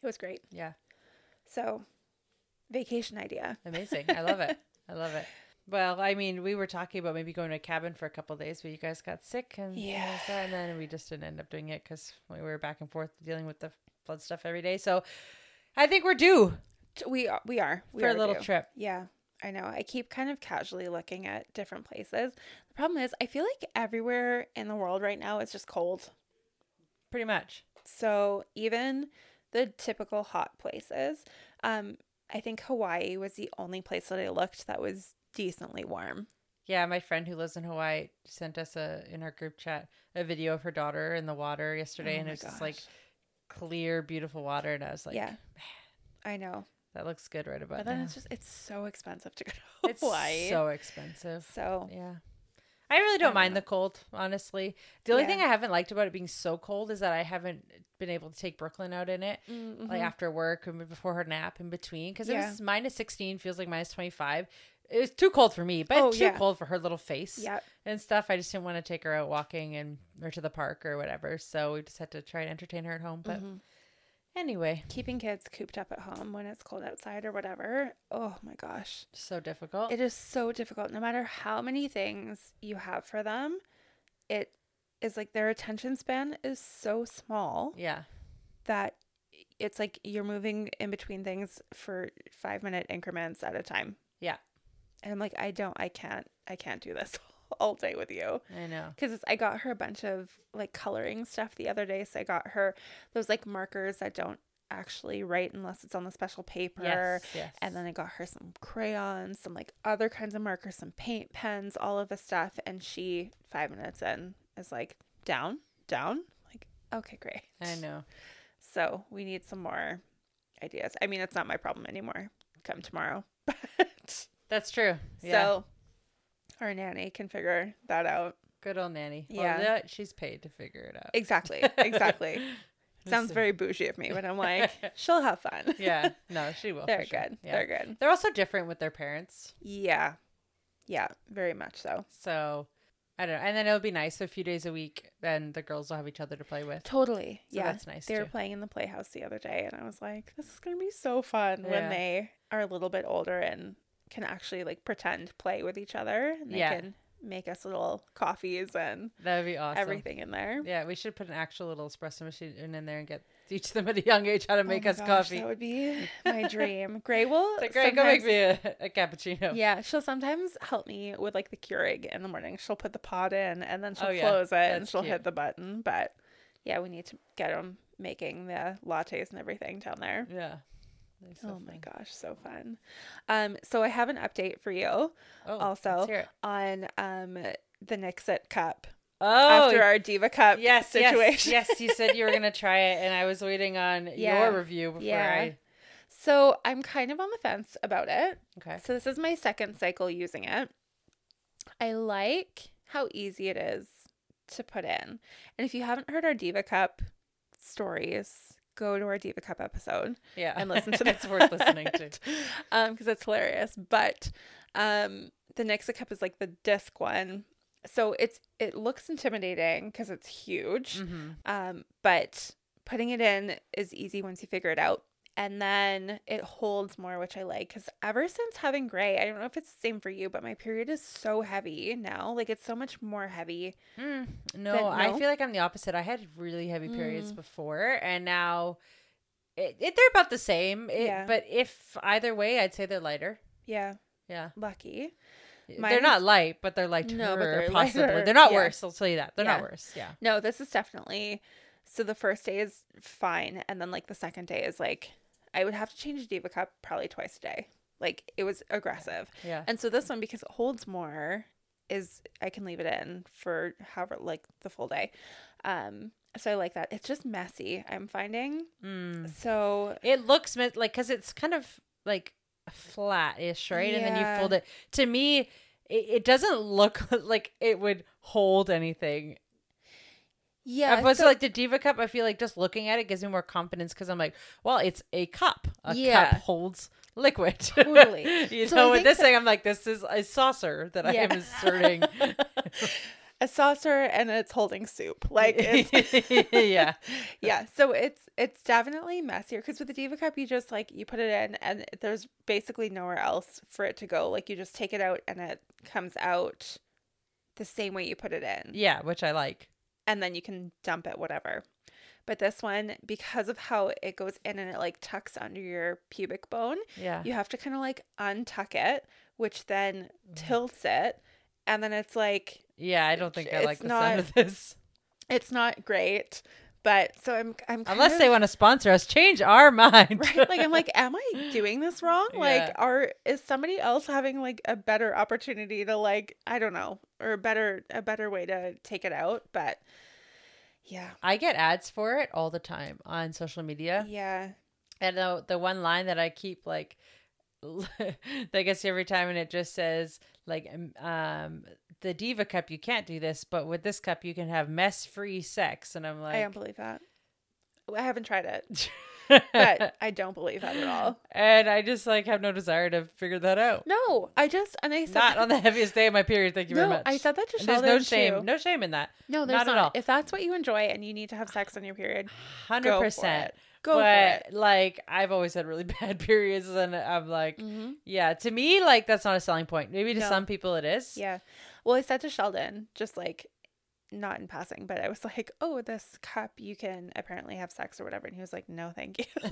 Speaker 2: it was great.
Speaker 1: Yeah.
Speaker 2: So, vacation idea.
Speaker 1: Amazing. I love it. I love it. Well, I mean, we were talking about maybe going to a cabin for a couple of days, but you guys got sick and things
Speaker 2: Yeah.
Speaker 1: like that, and then we just didn't end up doing it because we were back and forth dealing with the flood stuff every day. So I think we're due
Speaker 2: T- We are we are we
Speaker 1: for
Speaker 2: are
Speaker 1: a little
Speaker 2: due.
Speaker 1: trip.
Speaker 2: Yeah. I know. I keep kind of casually looking at different places. The problem is I feel like everywhere in the world right now it's just cold.
Speaker 1: Pretty much.
Speaker 2: So even the typical hot places, um, I think Hawaii was the only place that I looked that was decently warm.
Speaker 1: Yeah, my friend who lives in Hawaii sent us a in our group chat a video of her daughter in the water yesterday
Speaker 2: Oh
Speaker 1: and
Speaker 2: my
Speaker 1: it's just like
Speaker 2: gosh.
Speaker 1: clear, beautiful water and I was like,
Speaker 2: Yeah. I know,
Speaker 1: that looks good right about
Speaker 2: but then
Speaker 1: now.
Speaker 2: it's just it's so expensive to go to
Speaker 1: It's
Speaker 2: Hawaii.
Speaker 1: so expensive.
Speaker 2: so
Speaker 1: Yeah. I really don't
Speaker 2: don't
Speaker 1: mind
Speaker 2: know.
Speaker 1: the cold, honestly. The only
Speaker 2: Yeah.
Speaker 1: thing I haven't liked about it being so cold is that I haven't been able to take Brooklyn out in it,
Speaker 2: mm-hmm.
Speaker 1: like after work and before her nap in between, because
Speaker 2: Yeah.
Speaker 1: it was minus 16, feels like minus 25. It was too cold for me, but
Speaker 2: Oh,
Speaker 1: too
Speaker 2: yeah.
Speaker 1: cold for her little face
Speaker 2: yeah,
Speaker 1: and stuff. I just didn't want to take her out walking and or to the park or whatever. So we just had to try and entertain her at home.
Speaker 2: Mm-hmm.
Speaker 1: But anyway,
Speaker 2: keeping kids cooped up at home when it's cold outside or whatever. Oh my gosh,
Speaker 1: so difficult.
Speaker 2: it is so difficult. No matter how many things you have for them, it is like their attention span is so small.
Speaker 1: yeah.
Speaker 2: that it's like you're moving in between things for five minute increments at a time.
Speaker 1: Yeah.
Speaker 2: And I'm like, I don't, I can't, I can't do this all day with you.
Speaker 1: I know.
Speaker 2: Cause I got her a bunch of like coloring stuff the other day. So I got her those like markers that don't actually write unless it's on the special paper.
Speaker 1: Yes. Yes.
Speaker 2: And then I got her some crayons, some like other kinds of markers, some paint pens, all of this stuff. And she, five minutes in, is like, down, down. Like, Okay, great.
Speaker 1: I know.
Speaker 2: So we need some more ideas. I mean, it's not my problem anymore. Come tomorrow, but
Speaker 1: That's true. Yeah.
Speaker 2: so our nanny can figure that out.
Speaker 1: Good old nanny.
Speaker 2: Yeah.
Speaker 1: Well, that, she's paid to figure it out.
Speaker 2: Exactly. Exactly. Sounds
Speaker 1: Listen.
Speaker 2: very bougie of me, but I'm like, she'll have fun.
Speaker 1: yeah. No, she will. Oh, for
Speaker 2: They're
Speaker 1: sure.
Speaker 2: good.
Speaker 1: Yeah.
Speaker 2: They're good.
Speaker 1: They're also different with their parents.
Speaker 2: Yeah. Yeah, very much so.
Speaker 1: So I don't know. And then it'll be nice a few days a week then the girls will have each other to play with.
Speaker 2: Totally.
Speaker 1: So
Speaker 2: yeah.
Speaker 1: that's nice
Speaker 2: They were
Speaker 1: too.
Speaker 2: playing in the playhouse the other day and I was like, this is going to be so fun
Speaker 1: Yeah.
Speaker 2: when they are a little bit older and can actually like pretend play with each other and they
Speaker 1: Yeah.
Speaker 2: can make us little coffees and
Speaker 1: That would be awesome.
Speaker 2: everything in there.
Speaker 1: Yeah, we should put an actual little espresso machine in there and get teach them at a young age how to
Speaker 2: Oh
Speaker 1: make
Speaker 2: my
Speaker 1: us
Speaker 2: gosh,
Speaker 1: coffee.
Speaker 2: That would be my dream. Gray will
Speaker 1: It's like, great, go make
Speaker 2: sometimes-
Speaker 1: me a, a cappuccino.
Speaker 2: Yeah, she'll sometimes help me with like the Keurig in the morning. She'll put the pot in and then she'll
Speaker 1: Oh, yeah.
Speaker 2: close it and
Speaker 1: That's
Speaker 2: she'll
Speaker 1: cute.
Speaker 2: hit the button. But yeah, we need to get them making the lattes and everything down there.
Speaker 1: Yeah. They're so
Speaker 2: oh my
Speaker 1: fun.
Speaker 2: gosh, so fun. Um, so I have an update for you
Speaker 1: Oh,
Speaker 2: also-
Speaker 1: let's hear it.
Speaker 2: on um the Nixit Cup
Speaker 1: Oh,
Speaker 2: after our Diva Cup
Speaker 1: yes, yes,
Speaker 2: situation.
Speaker 1: yes. You said you were gonna try it, and I was waiting on
Speaker 2: Yeah.
Speaker 1: your review before
Speaker 2: Yeah.
Speaker 1: I.
Speaker 2: So I'm kind of on the fence about it.
Speaker 1: Okay.
Speaker 2: So this is my second cycle using it. I like how easy it is to put in. And if you haven't heard our Diva Cup stories, go to our Diva Cup episode.
Speaker 1: Yeah.
Speaker 2: and listen to
Speaker 1: It's worth listening to.
Speaker 2: that. um because it's hilarious but um the nexa cup is like the disc one so it's it looks intimidating because it's huge
Speaker 1: hmm
Speaker 2: um but putting it in is easy once you figure it out and then it holds more which i like because ever since having gray i don't know if it's the same for you but my period is so heavy now like it's so much more heavy
Speaker 1: Mm, no,
Speaker 2: Hmm. no? Mm.
Speaker 1: I feel like I'm the opposite. I had really heavy periods before, and now it, it they're about the same. It,
Speaker 2: Yeah.
Speaker 1: But if either way, I'd say they're lighter.
Speaker 2: yeah
Speaker 1: Yeah,
Speaker 2: lucky
Speaker 1: they're
Speaker 2: Mine's-
Speaker 1: not light, but they're lighter.
Speaker 2: No, but they're
Speaker 1: possibly.
Speaker 2: lighter.
Speaker 1: They're not
Speaker 2: Yeah.
Speaker 1: worse. I'll tell you that. They're not
Speaker 2: Yeah.
Speaker 1: worse. Yeah.
Speaker 2: No, this is definitely so the first day is fine and then like the second day is like I would have to change Diva Cup probably twice a day. Like it was aggressive.
Speaker 1: Yeah.
Speaker 2: And so this one because it holds more is I can leave it in for however like the full day. Um so I like that. It's just messy, I'm finding.
Speaker 1: Mm.
Speaker 2: So
Speaker 1: It looks mi- like because it's kind of like flat-ish, right? And then
Speaker 2: Yeah.
Speaker 1: you fold it. To me, it, it doesn't look like it would hold anything.
Speaker 2: yeah,
Speaker 1: But
Speaker 2: so-
Speaker 1: like the diva cup, I feel like just looking at it gives me more confidence because I'm like, well, it's a cup. A
Speaker 2: Yeah.
Speaker 1: cup holds liquid.
Speaker 2: Totally.
Speaker 1: you
Speaker 2: So I
Speaker 1: know, with
Speaker 2: think
Speaker 1: this thing, I'm like, this is a saucer that I
Speaker 2: Yeah.
Speaker 1: am inserting.
Speaker 2: a saucer and it's holding soup. Like it's
Speaker 1: yeah,
Speaker 2: yeah so it's it's definitely messier because with the diva cup you just like you put it in and there's basically nowhere else for it to go like you just take it out and it comes out the same way you put it in
Speaker 1: yeah, which I like.
Speaker 2: and then you can dump it whatever but this one because of how it goes in and it like tucks under your pubic bone
Speaker 1: Yeah,
Speaker 2: you have to kind of like untuck it which then
Speaker 1: Mm-hmm.
Speaker 2: tilts it and then it's like
Speaker 1: yeah. I don't think I
Speaker 2: It's
Speaker 1: like the
Speaker 2: not-
Speaker 1: sound of this.
Speaker 2: it's not great but so i'm i'm kind
Speaker 1: Unless
Speaker 2: of-
Speaker 1: they want to sponsor us, change our mind.
Speaker 2: right like i'm like am i doing this wrong like
Speaker 1: Yeah.
Speaker 2: are is somebody else having like a better opportunity to like i don't know or a better a better way to take it out but yeah
Speaker 1: I get ads for it all the time on social media.
Speaker 2: yeah
Speaker 1: And the the one line that I keep like that gets you every time, and it just says like um, um the diva cup you can't do this, but with this cup you can have mess free sex, and I'm
Speaker 2: i don't
Speaker 1: like,
Speaker 2: believe that i haven't tried it but i don't believe that at all
Speaker 1: and I just like have no desire to figure that out.
Speaker 2: no i just and i said
Speaker 1: Not
Speaker 2: that-
Speaker 1: on the heaviest day of my period. Thank you
Speaker 2: no,
Speaker 1: very much.
Speaker 2: I said that to
Speaker 1: And there's no
Speaker 2: Sheldon,
Speaker 1: shame,
Speaker 2: too.
Speaker 1: no shame in that.
Speaker 2: No, there's
Speaker 1: not
Speaker 2: not.
Speaker 1: at all.
Speaker 2: If that's what you enjoy and you need to have sex on your period,
Speaker 1: Hundred
Speaker 2: go for
Speaker 1: percent.
Speaker 2: it. Go
Speaker 1: but like I've always had really bad periods, and I'm like,
Speaker 2: for it. Mm-hmm.
Speaker 1: yeah. To me, like that's not a selling point. Maybe to
Speaker 2: No.
Speaker 1: some people it is.
Speaker 2: Yeah. Well, I said to Sheldon, just like not in passing, but I was like, "Oh, this cup, you can apparently have sex or whatever," and he was like, "No, thank you."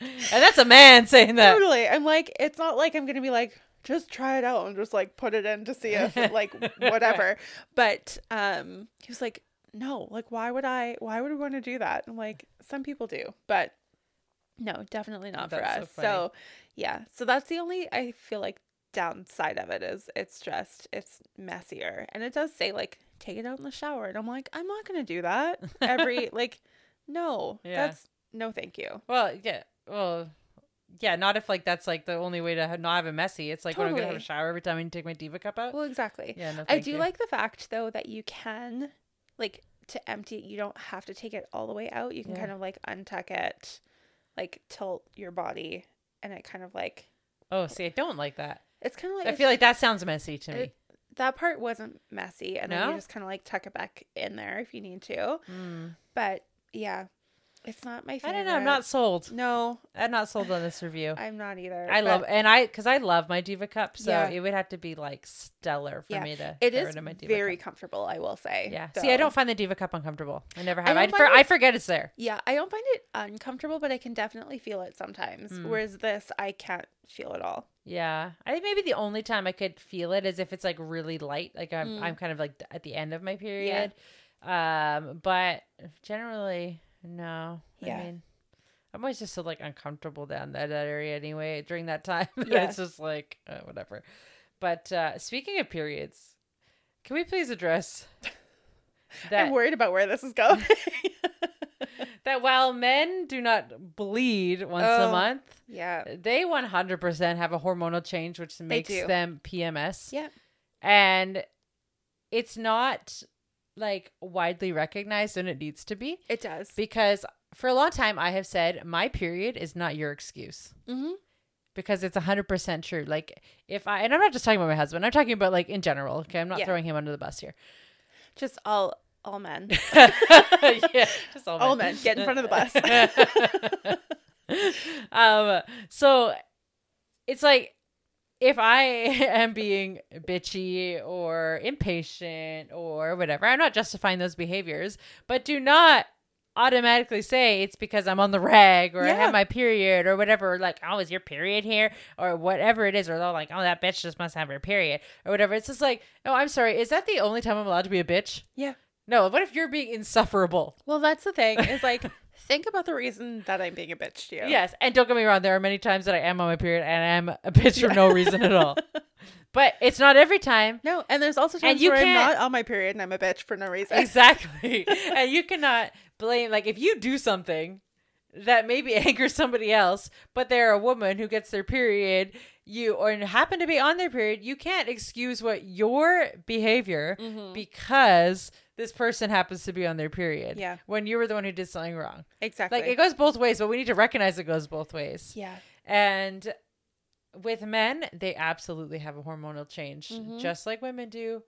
Speaker 1: and that's a man saying that.
Speaker 2: totally. I'm like, it's not like I'm gonna be like, just try it out and just like put it in to see if it, like whatever. But um, he was like, "No, like why would I? Why would we want to do that?" I'm like, some people do, but no, definitely not for
Speaker 1: That's so
Speaker 2: us.
Speaker 1: funny.
Speaker 2: so yeah, so that's the only I feel like downside of it is it's just it's messier and it does say like take it out in the shower. And I'm like, I'm not going to do that every, like, no,
Speaker 1: Yeah.
Speaker 2: that's no, thank you.
Speaker 1: Well, yeah. Well, yeah. Not if like that's like the only way to ha- not have it messy. It's like when I'm gonna have a
Speaker 2: Totally.
Speaker 1: shower every time I take my diva cup out.
Speaker 2: Well, exactly.
Speaker 1: yeah, no,
Speaker 2: I
Speaker 1: thank
Speaker 2: do
Speaker 1: you.
Speaker 2: like the fact though that you can, like, to empty it, you don't have to take it all the way out. You can
Speaker 1: Yeah.
Speaker 2: kind of like untuck it, like, tilt your body, and it kind of like,
Speaker 1: Oh, see, I don't like that.
Speaker 2: it's kind of like,
Speaker 1: I feel like that sounds messy to me.
Speaker 2: It- that part wasn't messy. And then
Speaker 1: No?
Speaker 2: you just kind of like tuck it back in there if you need to.
Speaker 1: Mm.
Speaker 2: But yeah, it's not my
Speaker 1: I
Speaker 2: favorite.
Speaker 1: don't know. I'm not sold.
Speaker 2: No,
Speaker 1: I'm not sold on this review.
Speaker 2: I'm not either.
Speaker 1: I
Speaker 2: but
Speaker 1: love and I because I love my diva cup, so
Speaker 2: Yeah.
Speaker 1: it would have to be like stellar for
Speaker 2: Yeah.
Speaker 1: me to
Speaker 2: It
Speaker 1: get
Speaker 2: is
Speaker 1: rid of my diva
Speaker 2: very
Speaker 1: cup.
Speaker 2: comfortable, I will say.
Speaker 1: Yeah. See, I
Speaker 2: So-
Speaker 1: don't find the diva cup uncomfortable. I never have.
Speaker 2: don't
Speaker 1: I,
Speaker 2: find
Speaker 1: for,
Speaker 2: it-
Speaker 1: I forget it's there.
Speaker 2: Yeah, I don't find it uncomfortable, but I can definitely feel it sometimes.
Speaker 1: Mm.
Speaker 2: Whereas this, I can't feel at all.
Speaker 1: Yeah, I think maybe the only time I could feel it is if it's like really light, like I'm,
Speaker 2: Mm.
Speaker 1: I'm kind of like at the end of my period. Um, but generally, no.
Speaker 2: Yeah.
Speaker 1: I mean, I'm always just so like uncomfortable down that, that area anyway during that time.
Speaker 2: Yeah.
Speaker 1: it's just like uh, whatever. But uh, speaking of periods, can we please address
Speaker 2: I'm
Speaker 1: that
Speaker 2: worried about where this is going.
Speaker 1: that while men do not bleed once
Speaker 2: Oh.
Speaker 1: a month,
Speaker 2: yeah.
Speaker 1: they 100% have a hormonal change which makes
Speaker 2: do.
Speaker 1: them PMS.
Speaker 2: Yeah.
Speaker 1: And it's not like widely recognized and it needs to be
Speaker 2: It does.
Speaker 1: because for a long time I have said my period is not your excuse
Speaker 2: Mm-hmm.
Speaker 1: because it's 100% true. Like if I and I'm not just talking about my husband, I'm talking about like in general, okay? I'm not
Speaker 2: Yeah.
Speaker 1: throwing him under the bus here.
Speaker 2: Just all all men.
Speaker 1: yeah, just all
Speaker 2: all men get in front of the bus.
Speaker 1: um, so it's like if I am being bitchy or impatient or whatever, I'm not justifying those behaviors, but do not automatically say it's because I'm on the rag or I
Speaker 2: Yeah.
Speaker 1: have my period or whatever, or like, oh, is your period here or whatever it is, or they're like, oh, that bitch just must have her period or whatever. It's just like, no, I'm sorry. Is that the only time I'm allowed to be a bitch?
Speaker 2: Yeah.
Speaker 1: No, what if you're being insufferable?
Speaker 2: well, that's the thing. Is like think about the reason that I'm being a bitch to you.
Speaker 1: Yes, and don't get me wrong, there are many times that I am on my period and I'm a bitch for no reason at all. But it's not every time.
Speaker 2: No, and there's also times
Speaker 1: you
Speaker 2: where I'm
Speaker 1: can't-
Speaker 2: not on my period and I'm a bitch for no reason.
Speaker 1: Exactly. and you cannot blame like if you do something that maybe angers somebody else, but they're a woman who gets their period, you or happen to be on their period, you can't excuse what your behavior
Speaker 2: Mm-hmm.
Speaker 1: because this person happens to be on their period.
Speaker 2: Yeah.
Speaker 1: When you were the one who did something wrong.
Speaker 2: Exactly.
Speaker 1: Like it goes both ways, but we need to recognize it goes both ways.
Speaker 2: yeah.
Speaker 1: And with men, they absolutely have a hormonal change,
Speaker 2: Mhm.
Speaker 1: just like women do.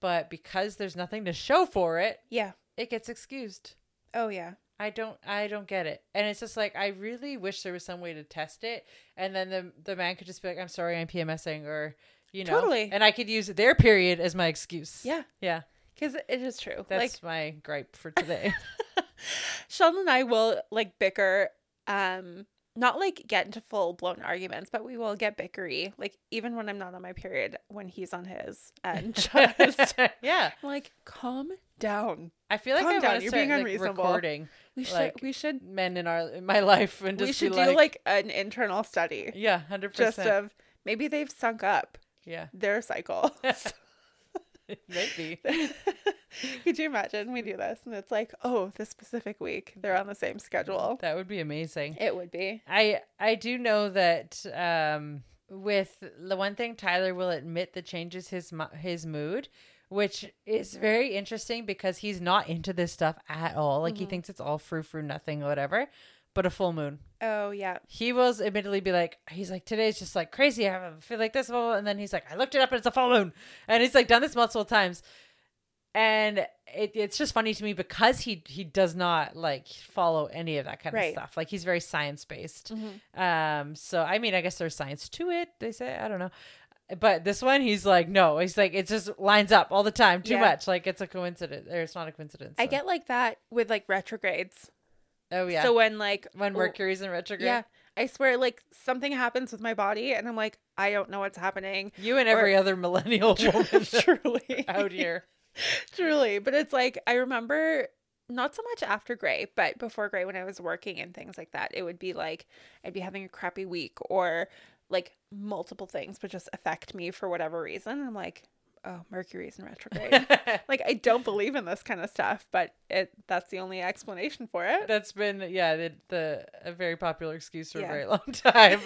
Speaker 1: But because there's nothing to show for it,
Speaker 2: Yeah.
Speaker 1: it gets excused.
Speaker 2: Oh yeah.
Speaker 1: I don't I don't get it. And it's just like I really wish there was some way to test it and then the the man could just be like, I'm sorry I'm PMSing or you know
Speaker 2: Totally.
Speaker 1: and I could use their period as my excuse.
Speaker 2: Yeah.
Speaker 1: Yeah.
Speaker 2: Because it is true. like
Speaker 1: That's my gripe for today.
Speaker 2: Sheldon and I will like bicker, um, not like get into full blown arguments, but we will get bickery. Like even when I'm not on my period, when he's on his, and just I'm
Speaker 1: yeah.
Speaker 2: like calm down.
Speaker 1: I feel like
Speaker 2: Calm
Speaker 1: I
Speaker 2: down,
Speaker 1: want to
Speaker 2: you're
Speaker 1: start
Speaker 2: being
Speaker 1: like,
Speaker 2: unreasonable.
Speaker 1: recording
Speaker 2: We should
Speaker 1: Like,
Speaker 2: we should
Speaker 1: men in our in my life and just
Speaker 2: we should
Speaker 1: be
Speaker 2: do like an internal study
Speaker 1: Yeah, hundred
Speaker 2: just
Speaker 1: percent.
Speaker 2: of maybe they've sunk up
Speaker 1: Yeah,
Speaker 2: their cycle.
Speaker 1: maybe.
Speaker 2: Could you imagine we do this and it's like, oh, this specific week they're on the same schedule.
Speaker 1: That would be amazing.
Speaker 2: It would be.
Speaker 1: I I do know that um, with the one thing Tyler will admit that changes his mo- his mood, which is very interesting because he's not into this stuff at all. Like he thinks it's all frou frou, nothing, whatever. But a full moon,
Speaker 2: Oh yeah.
Speaker 1: he will admittedly be like, he's like, today's just like crazy. I have- I feel like this, blah, blah, blah." and then he's like, I looked it up and it's a full moon, and he's like done this multiple times, and it, it's just funny to me because he he does not like follow any of that kind
Speaker 2: Right.
Speaker 1: of stuff. Like he's very science based. Um, so I mean, I guess there's science to it. They say I don't know, but this one he's like, no, he's like it just lines up all the time too
Speaker 2: Yeah.
Speaker 1: much. Like it's a coincidence or it's not a coincidence.
Speaker 2: I
Speaker 1: so.
Speaker 2: get like that with like retrogrades.
Speaker 1: oh yeah.
Speaker 2: So
Speaker 1: So
Speaker 2: when like
Speaker 1: when
Speaker 2: oh,
Speaker 1: Mercury's in retrograde,
Speaker 2: yeah, I swear like something happens with my body and I'm like I don't know what's happening.
Speaker 1: you and every other millennial woman
Speaker 2: truly,
Speaker 1: out here.
Speaker 2: truly. But it's like I remember not so much after Gray, but before Gray when I was working and things like that, it would be like I'd be having a crappy week or like multiple things would just affect me for whatever reason. I'm like oh, Mercury is in retrograde. like I don't believe in this kind of stuff, but it that's the only explanation for it.
Speaker 1: That's been yeah the, the a very popular excuse for a
Speaker 2: Yeah.
Speaker 1: very long time.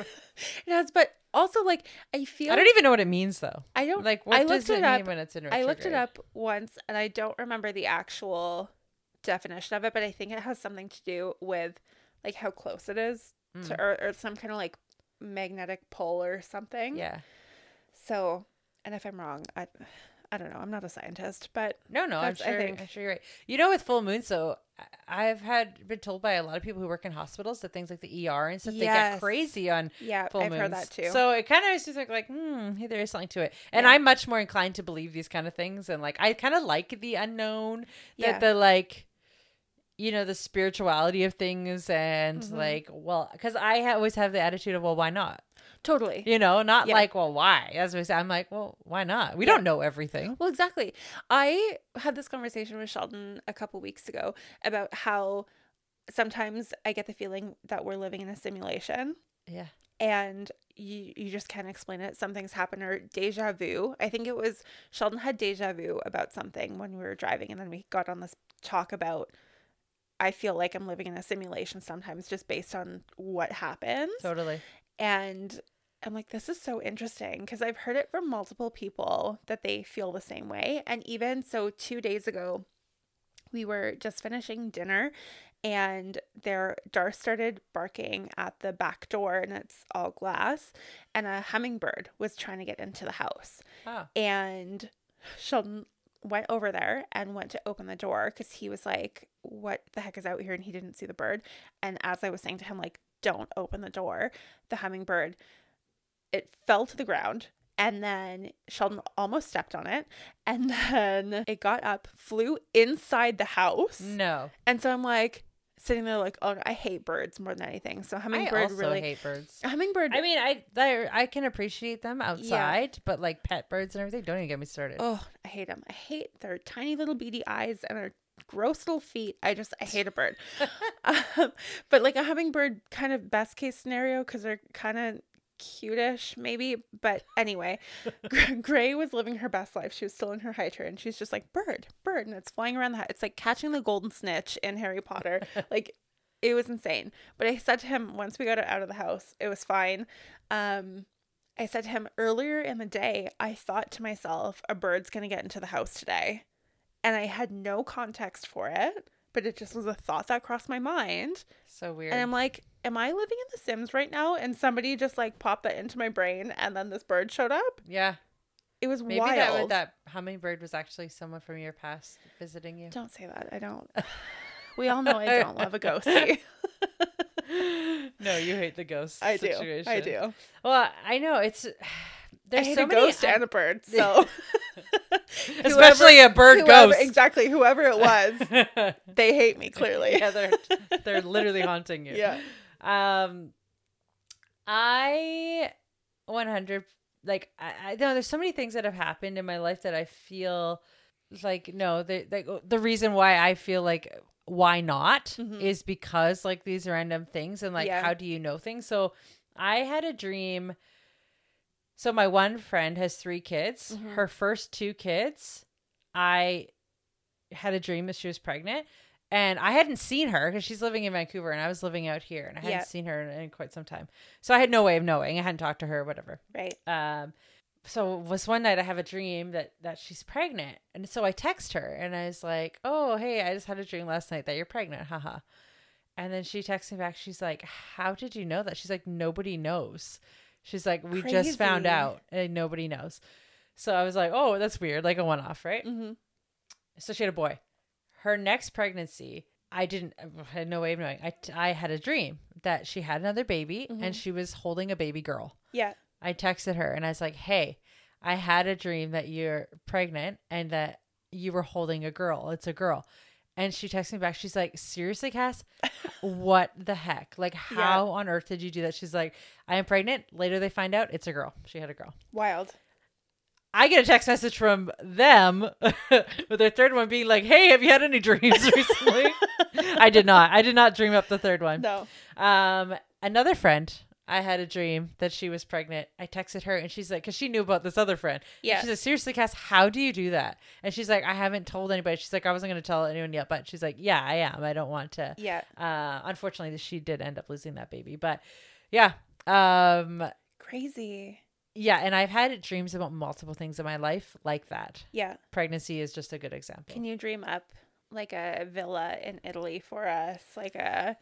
Speaker 2: It has, but also like I feel
Speaker 1: I don't even know what it means though.
Speaker 2: I don't
Speaker 1: Like what
Speaker 2: I
Speaker 1: does
Speaker 2: looked
Speaker 1: it,
Speaker 2: it
Speaker 1: mean
Speaker 2: up.
Speaker 1: when it's in
Speaker 2: I
Speaker 1: retrograde?
Speaker 2: looked it up once and I don't remember the actual definition of it, but I think it has something to do with like how close it is
Speaker 1: Mm.
Speaker 2: to Earth or some kind of like magnetic pole or something.
Speaker 1: Yeah.
Speaker 2: So, and if I'm wrong, I I don't know. I'm not a scientist, but
Speaker 1: No, no, I'm
Speaker 2: That's- I
Speaker 1: sure. I
Speaker 2: think-
Speaker 1: am sure you're right. You know, with full moons, though, I- I've had been told by a lot of people who work in hospitals that things like the ER and stuff they get
Speaker 2: Yes.
Speaker 1: crazy on
Speaker 2: yeah,
Speaker 1: full
Speaker 2: I've
Speaker 1: moons.
Speaker 2: heard that too.
Speaker 1: So it kind of makes me think like, hmm, hey, there is something to it. And
Speaker 2: Yeah.
Speaker 1: I'm much more inclined to believe these kind of things, and like I kind of like the unknown, the,
Speaker 2: Yeah.
Speaker 1: the like, you know, the spirituality of things, and
Speaker 2: Mhm.
Speaker 1: like, well, because I ha- always have the attitude of, well, why not?
Speaker 2: totally.
Speaker 1: You know, not
Speaker 2: Yeah.
Speaker 1: like, well, why? That's what I say. I'm like, well, why not? We
Speaker 2: Yeah.
Speaker 1: don't know everything.
Speaker 2: Well, exactly. I had this conversation with Sheldon a couple weeks ago about how sometimes I get the feeling that we're living in a simulation.
Speaker 1: Yeah.
Speaker 2: and you you just can't explain it. Something's happened or deja vu. I think it was Sheldon had deja vu about something when we were driving, and then we got on this talk about. I feel like I'm living in a simulation sometimes, just based on what happens.
Speaker 1: Totally.
Speaker 2: and I'm like, this is so interesting because I've heard it from multiple people that they feel the same way. And even so, two days ago, we were just finishing dinner and there Dar started barking at the back door and it's all glass and a hummingbird was trying to get into the house
Speaker 1: Oh.
Speaker 2: and Sheldon went over there and went to open the door because he was like, "What the heck is out here?" and he didn't see the bird. And as I was saying to him, like, "Don't open the door," the hummingbird it fell to the ground. And then Sheldon almost stepped on it. And then it got up, flew inside the house.
Speaker 1: No.
Speaker 2: And so I'm like sitting there, like, oh, I hate birds more than anything. So hummingbird
Speaker 1: I also
Speaker 2: really.
Speaker 1: hate birds.
Speaker 2: hummingbird.
Speaker 1: I mean, I I, I can appreciate them outside, but like pet birds and everything, don't even get me started.
Speaker 2: Oh, I hate them. I hate their tiny little beady eyes and their gross little feet. I just I hate a bird. um, but like a hummingbird, kind of best case scenario because they're kind of cutish maybe. But anyway, Gr- Gray was living her best life. She was still in her high chair and she's just like bird, bird, and it's flying around the. High. It's like catching the golden snitch in Harry Potter. like it was insane. But I said to him once we got out of the house, it was fine. Um, I said to him earlier in the day, I thought to myself, a bird's going to get into the house today. And I had no context for it, but it just was a thought that crossed my mind.
Speaker 1: so weird.
Speaker 2: And I'm like, am I living in The Sims right now? And somebody just like popped that into my brain and then this bird showed up.
Speaker 1: yeah,
Speaker 2: It was
Speaker 1: maybe
Speaker 2: wild.
Speaker 1: that that that hummingbird was actually someone from your past visiting you.
Speaker 2: Don't say that. I don't. We all know I don't love a ghostie.
Speaker 1: no, you hate the ghost.
Speaker 2: I do.
Speaker 1: Situation.
Speaker 2: I do.
Speaker 1: Well, I know it's there's
Speaker 2: I hate
Speaker 1: so
Speaker 2: a
Speaker 1: many,
Speaker 2: ghost and a bird. So
Speaker 1: especially a bird
Speaker 2: whoever,
Speaker 1: ghost.
Speaker 2: exactly. Whoever it was, they hate me clearly.
Speaker 1: yeah, they're they're literally haunting you.
Speaker 2: Yeah.
Speaker 1: Um, I 100 like I, I know there's so many things that have happened in my life that I feel like no the like the reason why I feel like why not
Speaker 2: Mhm.
Speaker 1: is because like these random things and like
Speaker 2: Yeah.
Speaker 1: how do you know things so I had a dream so my one friend has three kids
Speaker 2: Mhm.
Speaker 1: her first two kids I had a dream that she was pregnant and I hadn't seen her because she's living in Vancouver and I was living out here and I hadn't
Speaker 2: Yeah.
Speaker 1: seen her in, in quite some time. So I had no way of knowing. I hadn't talked to her, whatever.
Speaker 2: Right.
Speaker 1: Um, so it was one night I have a dream that that she's pregnant, and so I text her and I was like, "Oh, hey, I just had a dream last night that you're pregnant, haha." And then she texts me back. She's like, "How did you know that?" She's like, "Nobody knows." She's like, "We just found
Speaker 2: Crazy.
Speaker 1: out, and nobody knows." So I was like, "Oh, that's weird, like a one-off, right?"
Speaker 2: Mm-hmm.
Speaker 1: so she had a boy. Her next pregnancy, I didn't I had no way of knowing. I I had a dream that she had another baby
Speaker 2: Mhm.
Speaker 1: and she was holding a baby girl.
Speaker 2: Yeah.
Speaker 1: I texted her and I was like, "Hey, I had a dream that you're pregnant and that you were holding a girl. It's a girl." And she texted me back. She's like, "Seriously, Cass? What the heck? Like how on earth did you do that?" She's like, "I am pregnant. Later they find out it's a girl. She had a girl."
Speaker 2: Wild.
Speaker 1: I get a text message from them with their third one being like, "Hey, have you had any dreams recently?" I did not. I did not dream up the third one.
Speaker 2: No.
Speaker 1: Um, another friend I had a dream that she was pregnant. I texted her and she's like, because she knew about this other friend. And
Speaker 2: Yeah.
Speaker 1: She's like, seriously, Cass, how do you do that? And she's like, I haven't told anybody. She's like, I wasn't going to tell anyone yet, but she's like, yeah, I am. I don't want to.
Speaker 2: Yeah.
Speaker 1: Uh, unfortunately, she did end up losing that baby. But yeah. Um,
Speaker 2: Crazy.
Speaker 1: yeah. And I've had dreams about multiple things in my life like that.
Speaker 2: Yeah.
Speaker 1: Pregnancy is just a good example.
Speaker 2: Can you dream up like a villa in Italy for us? Like a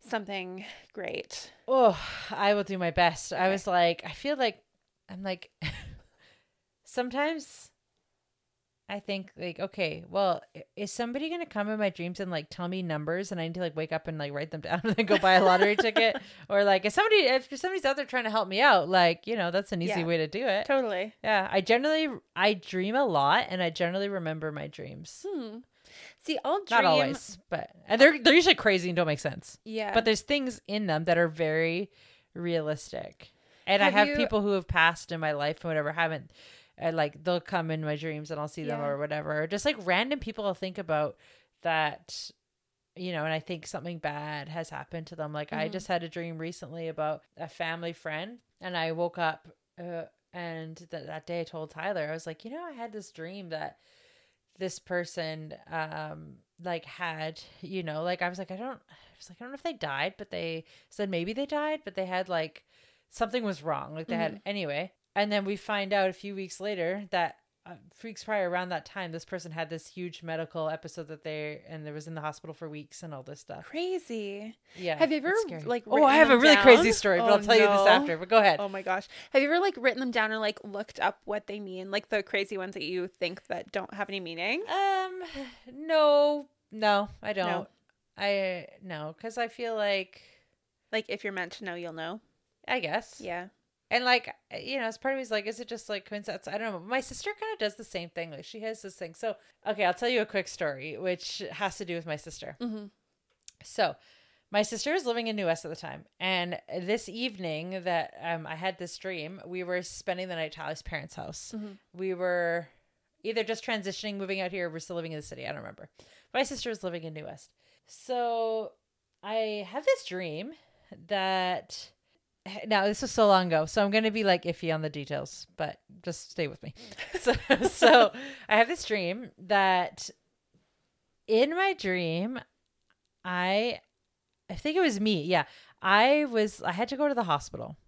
Speaker 2: something great.
Speaker 1: Oh, I will do my best. I
Speaker 2: Okay.
Speaker 1: was like, I feel like I'm like sometimes I think like, okay, well, i- is somebody gonna come in my dreams and like tell me numbers and I need to like wake up and like write them down and then go buy a lottery ticket? Or like if somebody if somebody's out there trying to help me out, like, you know, that's an easy
Speaker 2: Yeah.
Speaker 1: way to do it.
Speaker 2: Totally.
Speaker 1: Yeah. I generally I dream a lot and I generally remember my dreams.
Speaker 2: Hmm. See, I'll dream.
Speaker 1: Not always, but and they're they're usually crazy and don't make sense
Speaker 2: Yeah.
Speaker 1: but there's things in them that are very realistic and
Speaker 2: Have
Speaker 1: i have
Speaker 2: you-
Speaker 1: people who have passed in my life and whatever haven't uh, like they'll come in my dreams and i'll see them
Speaker 2: Yeah.
Speaker 1: or whatever just like random people i'll think about that you know and i think something bad has happened to them like i
Speaker 2: Mhm.
Speaker 1: just had a dream recently about a family friend and i woke up uh, and th- that day i told tyler i was like you know i had this dream that this person um like had you know like i was like i don't i was like i don't know if they died but they said maybe they died but they had like something was wrong like they had
Speaker 2: Mm-hmm.
Speaker 1: anyway and then we find out a few weeks later that uh, few weeks prior around that time this person had this huge medical episode that they and they was in the hospital for weeks and all this stuff
Speaker 2: crazy.
Speaker 1: yeah
Speaker 2: Have you ever,
Speaker 1: it's scary.
Speaker 2: like,
Speaker 1: oh i
Speaker 2: written
Speaker 1: have a
Speaker 2: them
Speaker 1: really crazy
Speaker 2: down?
Speaker 1: story but
Speaker 2: Oh,
Speaker 1: i'll tell you this
Speaker 2: no.
Speaker 1: after but go ahead
Speaker 2: Oh my gosh. Have you ever like written them down or like looked up what they mean? Like the crazy ones that you think that don't have any meaning?
Speaker 1: Um, no, no, I don't. I no, because I feel like
Speaker 2: Like if you're meant to know, you'll know.
Speaker 1: I guess,
Speaker 2: Yeah.
Speaker 1: And like uh, you know, as part of me is like, is it just like coincidence? I don't know. My sister kind of does the same thing. Like she has this thing. So okay, I'll tell you a quick story, which has to do with my sister.
Speaker 2: Mm-hmm.
Speaker 1: So, my sister was living in New West at the time, and this evening that um, I had this dream, we were spending the night at Tyler's parents' house.
Speaker 2: Mhm.
Speaker 1: We were either just transitioning, moving out here, or we're still living in the city. I don't remember. My sister was living in New West, so I have this dream that. Now this was so long ago, so I'm going to be like iffy on the details, but just stay with me. So, so I have this dream that in my dream I I think it was me. Yeah. I was I had to go to the hospital.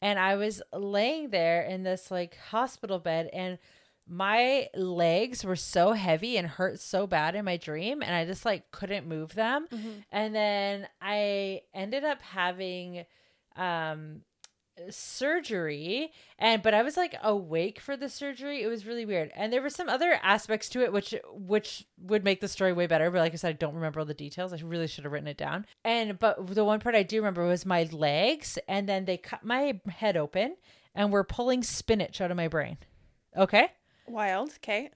Speaker 1: And I was laying there in this like hospital bed and my legs were so heavy and hurt so bad in my dream and I just like couldn't move them.
Speaker 2: Mhm.
Speaker 1: And then I ended up having um surgery and but I was like awake for the surgery. It was really weird. And there were some other aspects to it which which would make the story way better, but like I said I don't remember all the details. I really should have written it down. And but the one part I do remember was my legs and then they cut my head open and were pulling spinach out of my brain. Okay?
Speaker 2: Wild. Okay.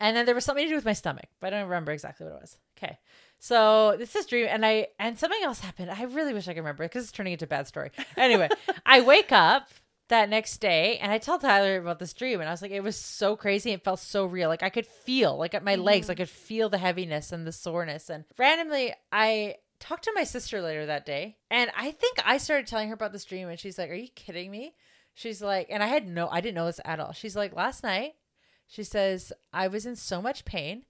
Speaker 1: And then there was something to do with my stomach, but I don't remember exactly what it was. Okay. So this is dream and I and something else happened. I really wish I could remember because it's turning into a bad story. Anyway, I wake up that next day and I tell Tyler about this dream and I was like, it was so crazy. It felt so real. Like I could feel like at my legs, I could feel the heaviness and the soreness. And randomly I talked to my sister later that day and I think I started telling her about this dream and she's like, Are you kidding me? She's like, and I had no, I didn't know this at all. She's like, last night she says, I was in so much pain.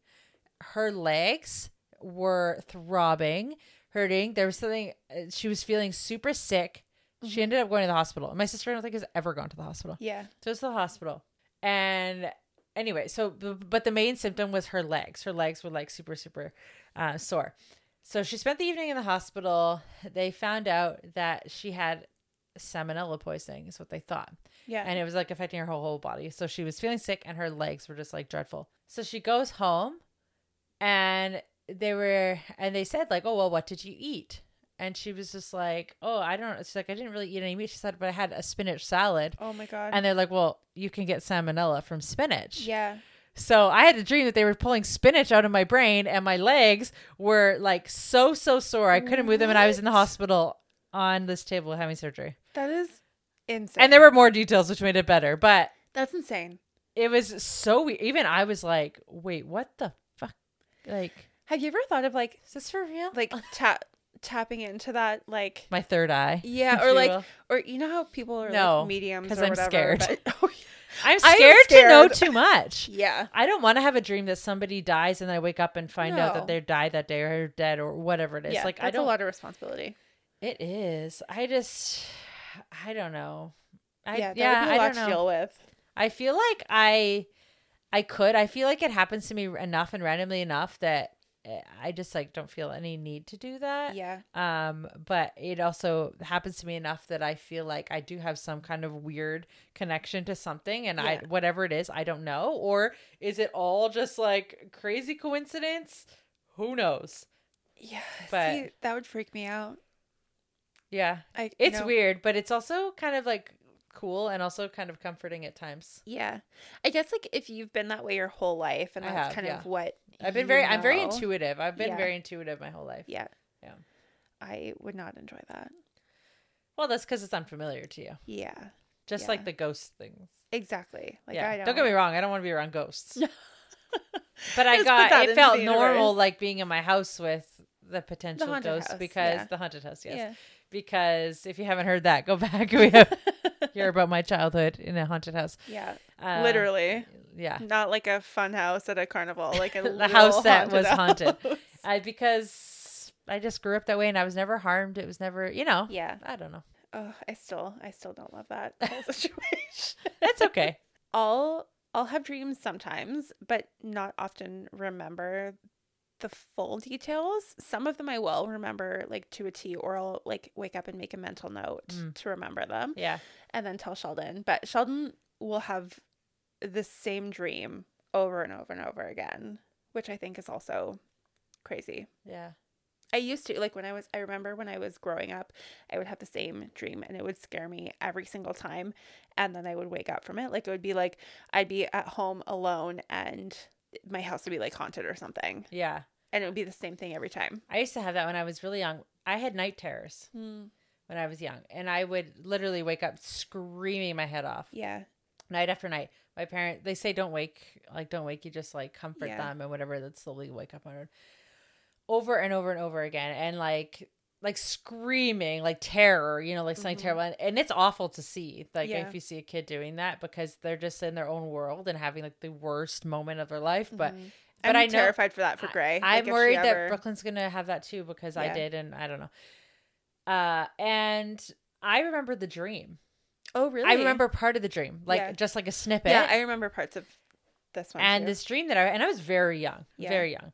Speaker 1: Her legs were throbbing, hurting. There was something, uh, she was feeling super sick. She ended up going to the hospital. My sister, I don't think, has ever gone to the hospital.
Speaker 2: Yeah.
Speaker 1: So it's the hospital. And anyway, so, b- but the main symptom was her legs. Her legs were like super, super uh, sore. So she spent the evening in the hospital. They found out that she had salmonella poisoning, is what they thought
Speaker 2: Yeah.
Speaker 1: and it was like affecting her whole, whole body. So she was feeling sick and her legs were just like dreadful. So she goes home and they were and they said like, "Oh, well, what did you eat?" And she was just like, "Oh, I don't." She's like, "I didn't really eat any meat." She said, "But I had a spinach salad."
Speaker 2: oh my god.
Speaker 1: And they're like, "Well, you can get salmonella from spinach."
Speaker 2: yeah.
Speaker 1: So I had a dream that they were pulling spinach out of my brain and my legs were like so so sore. I couldn't move them and I was in the
Speaker 2: What?
Speaker 1: hospital on this table having surgery.
Speaker 2: That is insane.
Speaker 1: And there were more details which made it better, but
Speaker 2: That's insane.
Speaker 1: it was so weird. Even I was like, wait, what the fuck? Like,
Speaker 2: Have you ever thought of like
Speaker 1: is this for real?
Speaker 2: like ta- tapping into that like
Speaker 1: My third eye.
Speaker 2: yeah,
Speaker 1: if
Speaker 2: or
Speaker 1: you
Speaker 2: like
Speaker 1: will.
Speaker 2: or you know how people are
Speaker 1: No,
Speaker 2: like mediums
Speaker 1: 'cause
Speaker 2: or
Speaker 1: I'm
Speaker 2: whatever,
Speaker 1: scared.
Speaker 2: but- oh,
Speaker 1: I'm
Speaker 2: I am
Speaker 1: scared, to know
Speaker 2: scared.
Speaker 1: too much.
Speaker 2: yeah.
Speaker 1: I don't want to have a dream that somebody dies and I wake up and find out
Speaker 2: No.
Speaker 1: that they died that day or dead or whatever it is.
Speaker 2: yeah,
Speaker 1: like
Speaker 2: that's
Speaker 1: I don't
Speaker 2: a lot of responsibility.
Speaker 1: It is. I just, I don't know. I,
Speaker 2: yeah,
Speaker 1: yeah,
Speaker 2: that would be a
Speaker 1: I
Speaker 2: lot
Speaker 1: don't
Speaker 2: to
Speaker 1: know.
Speaker 2: deal with.
Speaker 1: I feel like I, I could. I feel like it happens to me enough and randomly enough that eh, I just like don't feel any need to do that.
Speaker 2: Yeah,
Speaker 1: Um, but it also happens to me enough that I feel like I do have some kind of weird connection to something, and I
Speaker 2: Yeah.
Speaker 1: whatever it is, I don't know. Or is it all just like crazy coincidence? Who knows?
Speaker 2: yeah.
Speaker 1: But-
Speaker 2: See, that would freak me out.
Speaker 1: Yeah.
Speaker 2: I
Speaker 1: It's
Speaker 2: no.
Speaker 1: weird, but it's also kind of like cool and also kind of comforting at times.
Speaker 2: Yeah, I guess like if you've been that way your whole life, and
Speaker 1: I
Speaker 2: that's
Speaker 1: have,
Speaker 2: kind
Speaker 1: yeah.
Speaker 2: of what
Speaker 1: I've been
Speaker 2: you
Speaker 1: very, I'm very
Speaker 2: know.
Speaker 1: intuitive. I've been
Speaker 2: Yeah.
Speaker 1: very intuitive my whole life.
Speaker 2: Yeah,
Speaker 1: Yeah.
Speaker 2: I would not enjoy that.
Speaker 1: Well, that's because it's unfamiliar to you,
Speaker 2: Yeah,
Speaker 1: just
Speaker 2: Yeah.
Speaker 1: like the ghost things.
Speaker 2: exactly. Like
Speaker 1: yeah.
Speaker 2: I
Speaker 1: don't.
Speaker 2: don't.
Speaker 1: get me wrong. I don't want to be around ghosts. but
Speaker 2: Just
Speaker 1: I
Speaker 2: put
Speaker 1: got
Speaker 2: that
Speaker 1: it
Speaker 2: into
Speaker 1: felt
Speaker 2: the
Speaker 1: normal,
Speaker 2: universe.
Speaker 1: like being in my house with the potential
Speaker 2: haunted
Speaker 1: ghosts
Speaker 2: house,
Speaker 1: because
Speaker 2: yeah.
Speaker 1: the haunted house. Yes.
Speaker 2: Yeah.
Speaker 1: Because if you haven't heard that, go back. We have, hear about my childhood in a haunted house.
Speaker 2: Yeah,
Speaker 1: Uh,
Speaker 2: literally,
Speaker 1: Yeah.
Speaker 2: not like a fun house at a carnival, like a
Speaker 1: The
Speaker 2: literal
Speaker 1: house that was
Speaker 2: house.
Speaker 1: I because I just grew up that way and I was never harmed. It was never, you know.
Speaker 2: yeah.
Speaker 1: I don't know.
Speaker 2: Oh, I still, I still don't love that whole situation.
Speaker 1: That's okay.
Speaker 2: I'll, I'll have dreams sometimes, but not often remember the full details. Some of them I will remember, like to a T, or I'll like wake up and make a mental note
Speaker 1: Mm.
Speaker 2: to remember them,
Speaker 1: yeah.
Speaker 2: and then tell Sheldon. But Sheldon will have the same dream over and over and over again, which I think is also crazy.
Speaker 1: Yeah.
Speaker 2: I used to like when I was I remember when I was growing up, I would have the same dream and it would scare me every single time and then I would wake up from it. Like it would be like I'd be at home alone and my house would be like haunted or something.
Speaker 1: Yeah.
Speaker 2: And it would be the same thing every time.
Speaker 1: I used to have that when I was really young. I had night terrors when I was young and I would literally wake up screaming my head off
Speaker 2: Yeah.
Speaker 1: night after night. My parents, they say, don't wake, like, don't wake. You just like comfort
Speaker 2: Yeah.
Speaker 1: them and whatever. That slowly wake up on it over and over and over again. And like, like screaming, like terror, you know, like something
Speaker 2: Mhm.
Speaker 1: terrible. And, and it's awful to see, like,
Speaker 2: Yeah.
Speaker 1: if you see a kid doing that because they're just in their own world and having like the worst moment of their life. But
Speaker 2: Mhm.
Speaker 1: but
Speaker 2: I'm
Speaker 1: I know-
Speaker 2: terrified for that for
Speaker 1: I-
Speaker 2: Gray.
Speaker 1: I'm
Speaker 2: Like, if she
Speaker 1: worried
Speaker 2: ever-
Speaker 1: that Brooklyn's gonna have that too because I
Speaker 2: Yeah.
Speaker 1: did, and I don't know. Uh, and I remember the dream.
Speaker 2: Oh really?
Speaker 1: I remember part of the dream, like
Speaker 2: Yeah.
Speaker 1: just like a snippet.
Speaker 2: Yeah, I remember parts of this one.
Speaker 1: and
Speaker 2: too.
Speaker 1: this dream that I and I was very young,
Speaker 2: Yeah.
Speaker 1: very young.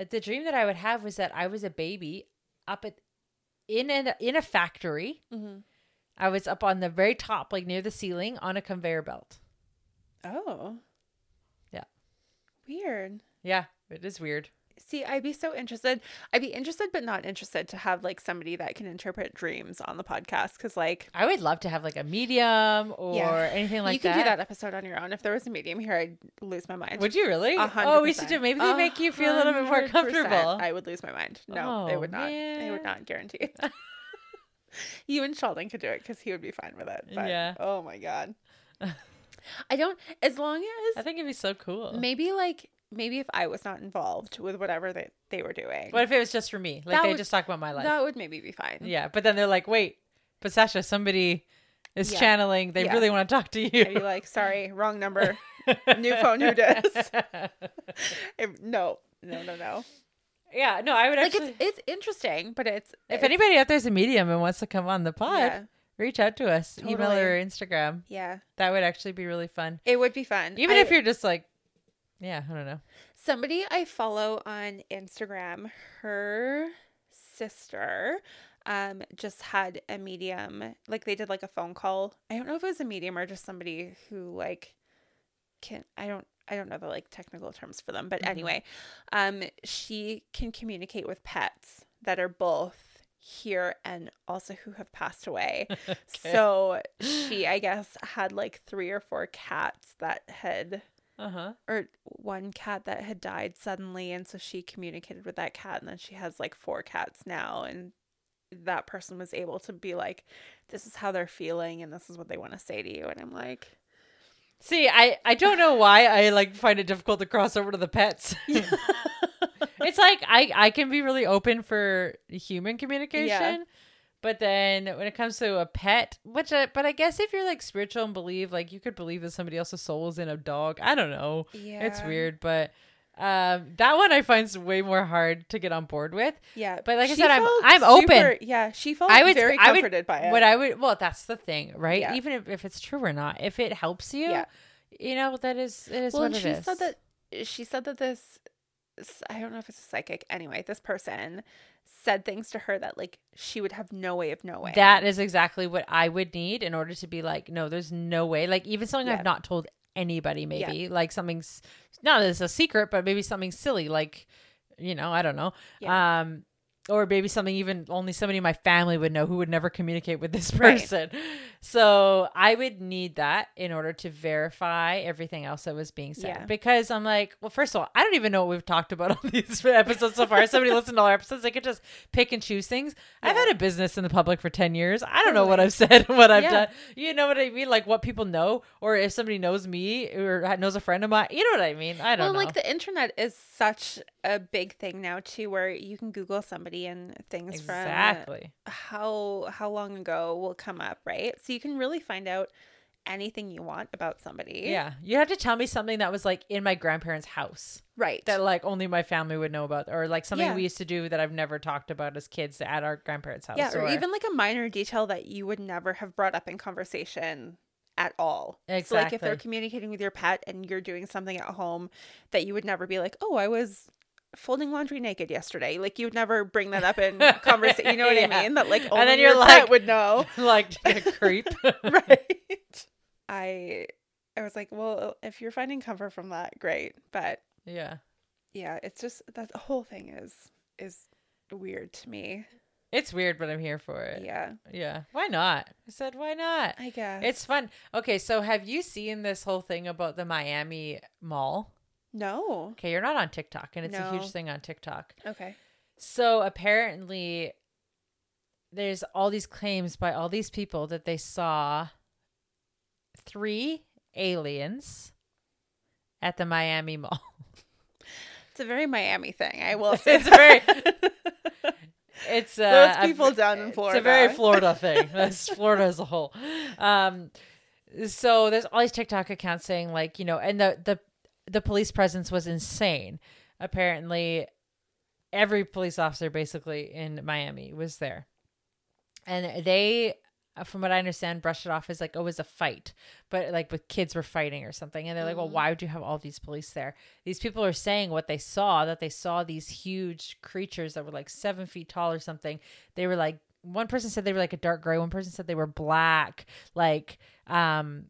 Speaker 1: Uh, The dream that I would have was that I was a baby up at in an in a factory.
Speaker 2: Mhm.
Speaker 1: I was up on the very top, like near the ceiling, on a conveyor belt.
Speaker 2: Oh.
Speaker 1: Yeah.
Speaker 2: Weird.
Speaker 1: Yeah, it is weird.
Speaker 2: See, I'd be so interested. I'd be interested, but not interested to have like somebody that can interpret dreams on the podcast because, like,
Speaker 1: I would love to have like a medium or anything like
Speaker 2: you can do that episode on your own. If there was a medium here, I'd lose my mind.
Speaker 1: Would you really?
Speaker 2: A hundred
Speaker 1: Oh, we should do.
Speaker 2: percent.
Speaker 1: Maybe they
Speaker 2: A
Speaker 1: make you feel a little bit more
Speaker 2: hundred percent.
Speaker 1: comfortable.
Speaker 2: I would lose my mind. No, they
Speaker 1: Oh,
Speaker 2: would not. They would
Speaker 1: man.
Speaker 2: not guarantee it. you and Sheldon could do it because he would be fine with it. But,
Speaker 1: Yeah.
Speaker 2: Oh my god. I don't. As long
Speaker 1: I
Speaker 2: as
Speaker 1: think it'd be so cool.
Speaker 2: maybe like maybe if I was not involved with whatever they they were doing,
Speaker 1: What if it was just for me? Like
Speaker 2: That
Speaker 1: they
Speaker 2: would-
Speaker 1: just talk about my life.
Speaker 2: that would maybe be fine.
Speaker 1: yeah, but then they're like, "Wait, but Sasha, somebody is
Speaker 2: Yeah.
Speaker 1: channeling. They
Speaker 2: Yeah.
Speaker 1: really want to talk to
Speaker 2: I'd be
Speaker 1: you."
Speaker 2: like, sorry, wrong number. new phone, who dis? If- no, no, no, no.
Speaker 1: yeah, no, I would
Speaker 2: Like
Speaker 1: actually.
Speaker 2: it's it's interesting, but it's
Speaker 1: if
Speaker 2: it's-
Speaker 1: anybody out there's a medium and wants to come on the pod,
Speaker 2: yeah,
Speaker 1: reach out to us, email
Speaker 2: Totally.
Speaker 1: or Instagram.
Speaker 2: yeah,
Speaker 1: That would actually be really fun.
Speaker 2: it would be fun.
Speaker 1: Even
Speaker 2: I-
Speaker 1: if you're just like, yeah, I don't know.
Speaker 2: somebody I follow on Instagram, her sister um just had a medium like they did like a phone call i don't know if it was a medium or just somebody who like can i don't i don't know the like technical terms for them but
Speaker 1: Mhm.
Speaker 2: anyway um she can communicate with pets that are both here and also who have passed away so she i guess had like three or four cats that had
Speaker 1: Uh huh.
Speaker 2: or one cat that had died suddenly and so she communicated with that cat and then she has like four cats now and that person was able to be like this is how they're feeling and this is what they want to say to you and i'm like
Speaker 1: See, I I don't know why I like find it difficult to cross over to the pets. it's like I I can be really open for human communication, but then when it comes to a pet, which I, but I guess if you're like spiritual and believe, like you could believe that somebody else's soul is in a dog. I don't know.
Speaker 2: Yeah.
Speaker 1: It's weird, but um, that one I find is way more hard to get on board with.
Speaker 2: Yeah.
Speaker 1: But like I
Speaker 2: she
Speaker 1: said, I'm-
Speaker 2: felt
Speaker 1: I'm open.
Speaker 2: super- Yeah. She felt
Speaker 1: I would-
Speaker 2: very
Speaker 1: I would-
Speaker 2: comforted by it.
Speaker 1: What I would well, that's the thing, right?
Speaker 2: uh, Yeah.
Speaker 1: Even if, if it's true or not, if it helps you,
Speaker 2: Yeah.
Speaker 1: you know that is it is
Speaker 2: well,
Speaker 1: what
Speaker 2: and
Speaker 1: it
Speaker 2: she
Speaker 1: is.
Speaker 2: said that she said that this s- I don't know if it's a psychic. Anyway, this person said things to her that like she would have no way of knowing.
Speaker 1: That is exactly what I would need in order to be like, no, there's no way. Like even something
Speaker 2: Yeah.
Speaker 1: I've not told anybody, maybe like something's not that it's a secret, but maybe something silly, like you know, I don't know,
Speaker 2: Yeah.
Speaker 1: um, or maybe something even only somebody in my family would know who would never communicate with this
Speaker 2: Right.
Speaker 1: person. So I would need that in order to verify everything else that was being said
Speaker 2: Yeah.
Speaker 1: because I'm like, well, first of all, I don't even know what we've talked about on these episodes so far. If Somebody listened to all our episodes, they could just pick and choose things. I've
Speaker 2: Yeah.
Speaker 1: had a business in the public for 10 years. I don't know what
Speaker 2: Totally.
Speaker 1: I've said, what I've
Speaker 2: Yeah.
Speaker 1: done. You know what I mean? Like what people know, or if somebody knows me or ha- knows a friend of mine. You know what I mean? I
Speaker 2: well,
Speaker 1: don't know.
Speaker 2: like the internet is such a big thing now too, where you can Google somebody and things from
Speaker 1: exactly.
Speaker 2: uh, how how long ago will come up, right? So you can really find out anything you want about somebody.
Speaker 1: Yeah. You have to tell me something that was like in my grandparents' house
Speaker 2: Right.
Speaker 1: that like only my family would know about, or like something
Speaker 2: Yeah.
Speaker 1: we used to do that I've never talked about as kids at our grandparents' house.
Speaker 2: yeah, or even like a minor detail that you would never have brought up in conversation at all. So like if they're
Speaker 1: Exactly.
Speaker 2: communicating with your pet and you're doing something at home that you would never be like, "Oh, I was folding laundry naked yesterday." Like you would never bring that up in conversation, you know what I
Speaker 1: Yeah.
Speaker 2: mean? That like
Speaker 1: And
Speaker 2: only
Speaker 1: then
Speaker 2: your
Speaker 1: you're
Speaker 2: pet
Speaker 1: like-
Speaker 2: would know.
Speaker 1: like a creep.
Speaker 2: right. I I was like, "Well, if you're finding comfort from that, great." But
Speaker 1: yeah.
Speaker 2: yeah, it's just that the whole thing is is weird to me.
Speaker 1: It's weird, but I'm here for it. Yeah.
Speaker 2: Yeah.
Speaker 1: Why not? I said, why not?
Speaker 2: I guess.
Speaker 1: It's fun. Okay, so have you seen this whole thing about the Miami Mall?
Speaker 2: no.
Speaker 1: Okay, you're not on TikTok, and it's a
Speaker 2: No.
Speaker 1: huge thing on TikTok.
Speaker 2: Okay.
Speaker 1: So apparently, there's all these claims by all these people that they saw three aliens at the Miami Mall.
Speaker 2: It's a very Miami thing, I will say.
Speaker 1: it's a very, it's uh,
Speaker 2: Those
Speaker 1: a-
Speaker 2: people down in Florida.
Speaker 1: It's a very Florida thing. That's Florida as a whole. Um, so there's all these TikTok accounts saying like, you know, and the the the police presence was insane. Apparently, every police officer basically in Miami was there, and they. uh, From what I understand, brushed it off as like, oh, it was a fight, but like with kids were fighting or something. And they're like, well, why would you have all these police there? These people are saying what they saw that they saw these huge creatures that were like seven feet tall or something. They were like, one person said they were like a dark gray, one person said they were black, like, um,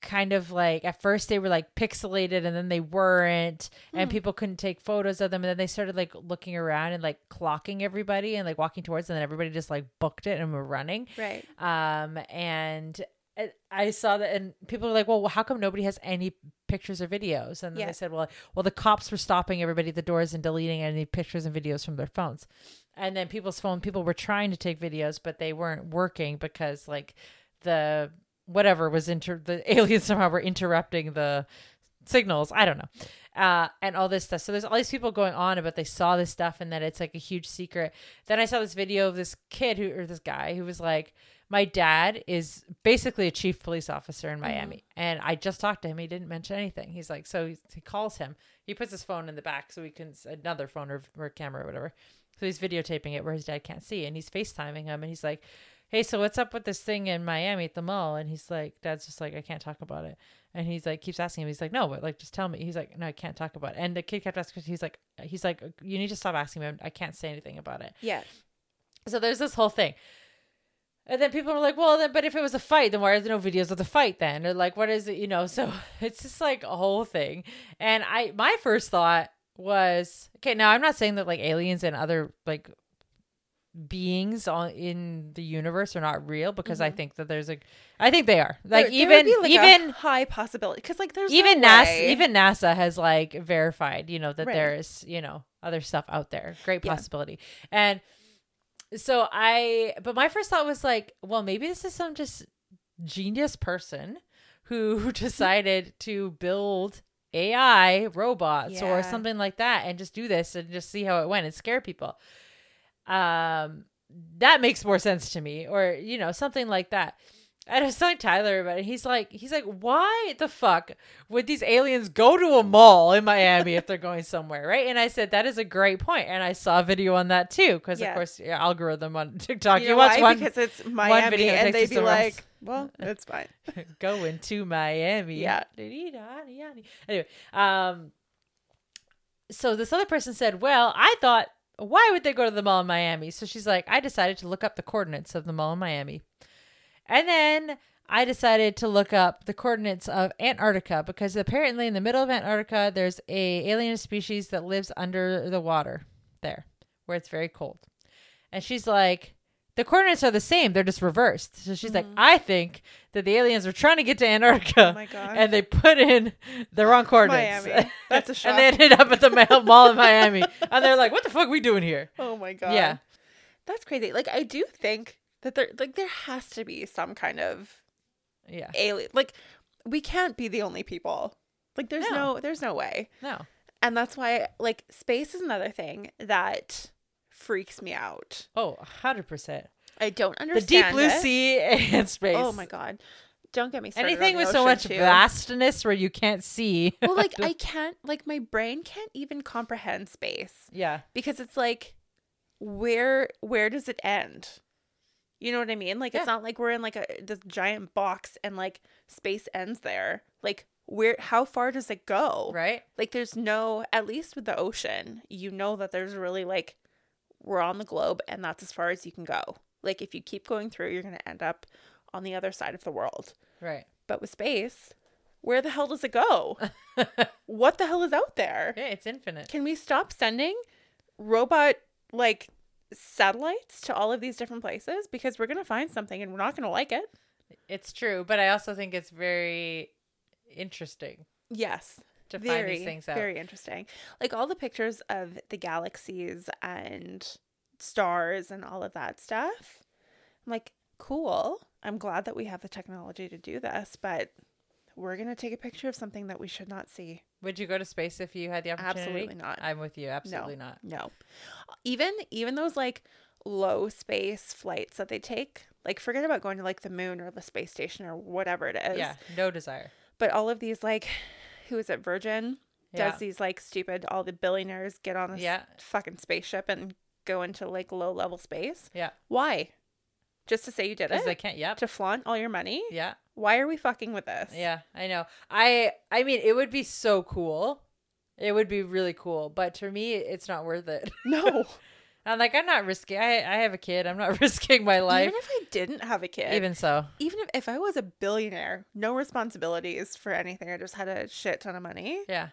Speaker 1: kind of like at first they were like pixelated and then they weren't and people couldn't take photos of them and then they started like looking around and like clocking everybody and like walking towards them, and then everybody just like booked it and were running
Speaker 2: right.
Speaker 1: um and I- I saw that, and people were like, "Well, how come nobody has any pictures or videos?" And then
Speaker 2: Yeah.
Speaker 1: they said, "Well, well, the cops were stopping everybody at the doors and deleting any pictures and videos from their phones." And then people's phone, people were trying to take videos, but they weren't working because like the whatever was inter the aliens somehow were interrupting the signals. I don't know, uh, and all this stuff. So there's all these people going on about they saw this stuff and that it's like a huge secret. Then I saw this video of this kid who or this guy who was like, my dad is basically a chief police officer in Miami. And I just talked to him. He didn't mention anything. He's like, so he, he calls him. He puts his phone in the back so he can, another phone or, or camera or whatever. So he's videotaping it where his dad can't see. And he's FaceTiming him. And he's like, hey, so what's up with this thing in Miami at the mall? And he's like, dad's just like, I can't talk about it. And he's like, keeps asking him. He's like, no, but like, just tell me. He's like, no, I can't talk about it. And the kid kept asking. He's like, he's like, you need to stop asking me. I can't say anything about it.
Speaker 2: Yeah.
Speaker 1: So there's this whole thing. And then people are like, well, then, but if it was a fight, then why are there no videos of the fight then? Or like, what is it, you know? So it's just like a whole thing. And I, my first thought was, okay, now I'm not saying that like aliens and other like beings on in the universe are not real because I think that there's a, I think they are. Like
Speaker 2: Mm-hmm. There- there would
Speaker 1: even,
Speaker 2: be, like, a
Speaker 1: even,
Speaker 2: high possibility because like there's
Speaker 1: even
Speaker 2: no
Speaker 1: NASA,
Speaker 2: way-
Speaker 1: even NASA has like verified, you know, that
Speaker 2: Right.
Speaker 1: there is, you know, other stuff out there. Great
Speaker 2: Yeah.
Speaker 1: possibility. And so I, but my first thought was like, well, maybe this is some just genius person who decided to build AI robots
Speaker 2: Yeah.
Speaker 1: or something like that and just do this and just see how it went and scare people. Um, that makes more sense to me, or you know, something like that. I was telling Tyler about it. He's like, he's like, why the fuck would these aliens go to a mall in Miami if they're going somewhere, right? And I said that is a great point, and I saw a video on that too, because
Speaker 2: Yeah.
Speaker 1: of course, your algorithm on TikTok, you,
Speaker 2: know
Speaker 1: watch
Speaker 2: why?
Speaker 1: one
Speaker 2: because it's Miami,
Speaker 1: video takes
Speaker 2: and they'd
Speaker 1: us
Speaker 2: be
Speaker 1: to
Speaker 2: like,
Speaker 1: Ross.
Speaker 2: "Well, it's fine."
Speaker 1: going to Miami.
Speaker 2: Yeah.
Speaker 1: Anyway, um, so this other person said, "Well, I thought, why would they go to the mall in Miami?" So she's like, "I decided to look up the coordinates of the mall in Miami, and then." I decided to look up the coordinates of Antarctica because apparently in the middle of Antarctica there's a alien species that lives under the water there where it's very cold. And she's like, the coordinates are the same. They're just reversed. So she's like, I think that the aliens were trying to get to Antarctica.
Speaker 2: Mm-hmm. Oh my gosh.
Speaker 1: And they put in the wrong coordinates.
Speaker 2: Miami. That's a shock.
Speaker 1: and they ended up at the ma- mall in Miami. And they're like, what the fuck we doing here?
Speaker 2: Oh my god.
Speaker 1: Yeah.
Speaker 2: That's crazy. Like I do think that there like there has to be some kind of
Speaker 1: Yeah.
Speaker 2: alien like we can't be the only people. Like there's
Speaker 1: No.
Speaker 2: no there's no way.
Speaker 1: No.
Speaker 2: And that's why like space is another thing that freaks me out.
Speaker 1: Oh, 100%.
Speaker 2: I don't
Speaker 1: The
Speaker 2: understand
Speaker 1: deep blue
Speaker 2: it.
Speaker 1: sea and space.
Speaker 2: Oh my god. Don't get me started. on
Speaker 1: Anything
Speaker 2: the
Speaker 1: with so
Speaker 2: ocean,
Speaker 1: much
Speaker 2: too.
Speaker 1: vastness where you can't see.
Speaker 2: Well, like I can't like my brain can't even comprehend space.
Speaker 1: yeah.
Speaker 2: because it's like where where does it end you know what i mean like
Speaker 1: Yeah.
Speaker 2: it's not like we're in like a this giant box and like space ends there like where how far does it go
Speaker 1: Right?
Speaker 2: like there's no at least with the ocean you know that there's really like we're on the globe and that's as far as you can go like if you keep going through you're going to end up on the other side of the world
Speaker 1: Right.
Speaker 2: but with space where the hell does it go what the hell is out there
Speaker 1: Yeah, it's infinite.
Speaker 2: can we stop sending robot like satellites to all of these different places because we're gonna find something and we're not gonna like it
Speaker 1: It's true, but I also think it's very interesting
Speaker 2: yes
Speaker 1: to find these things out.
Speaker 2: very interesting like all the pictures of the galaxies and stars and all of that stuff i'm like cool i'm glad that we have the technology to do this but we're gonna take a picture of something that we should not see
Speaker 1: Would you go to space if you had the opportunity?
Speaker 2: Absolutely not.
Speaker 1: I'm with you. Absolutely not.
Speaker 2: No. Even even those like low space flights that they take, like forget about going to like the moon or the space station or whatever it is.
Speaker 1: Yeah, no desire.
Speaker 2: But all of these like who is it, Virgin?
Speaker 1: Yeah.
Speaker 2: Does these like stupid all the billionaires get on a s-
Speaker 1: Yeah.
Speaker 2: fucking spaceship and go into like low level space?
Speaker 1: Yeah,
Speaker 2: Why? Just to say you did
Speaker 1: because
Speaker 2: it?
Speaker 1: they can't. Yep.
Speaker 2: to flaunt all your money?
Speaker 1: Yeah,
Speaker 2: Why are we fucking with this?
Speaker 1: yeah. I know. I I mean, it would be so cool. It would be really cool, but to me, it's not worth it.
Speaker 2: No.
Speaker 1: I'm like, I'm not risking. I I have a kid. I'm not risking my life.
Speaker 2: Even if I didn't have a kid.
Speaker 1: Even, so,
Speaker 2: even if, if I was a billionaire, no responsibilities for anything, I just had a shit ton of money,
Speaker 1: yeah.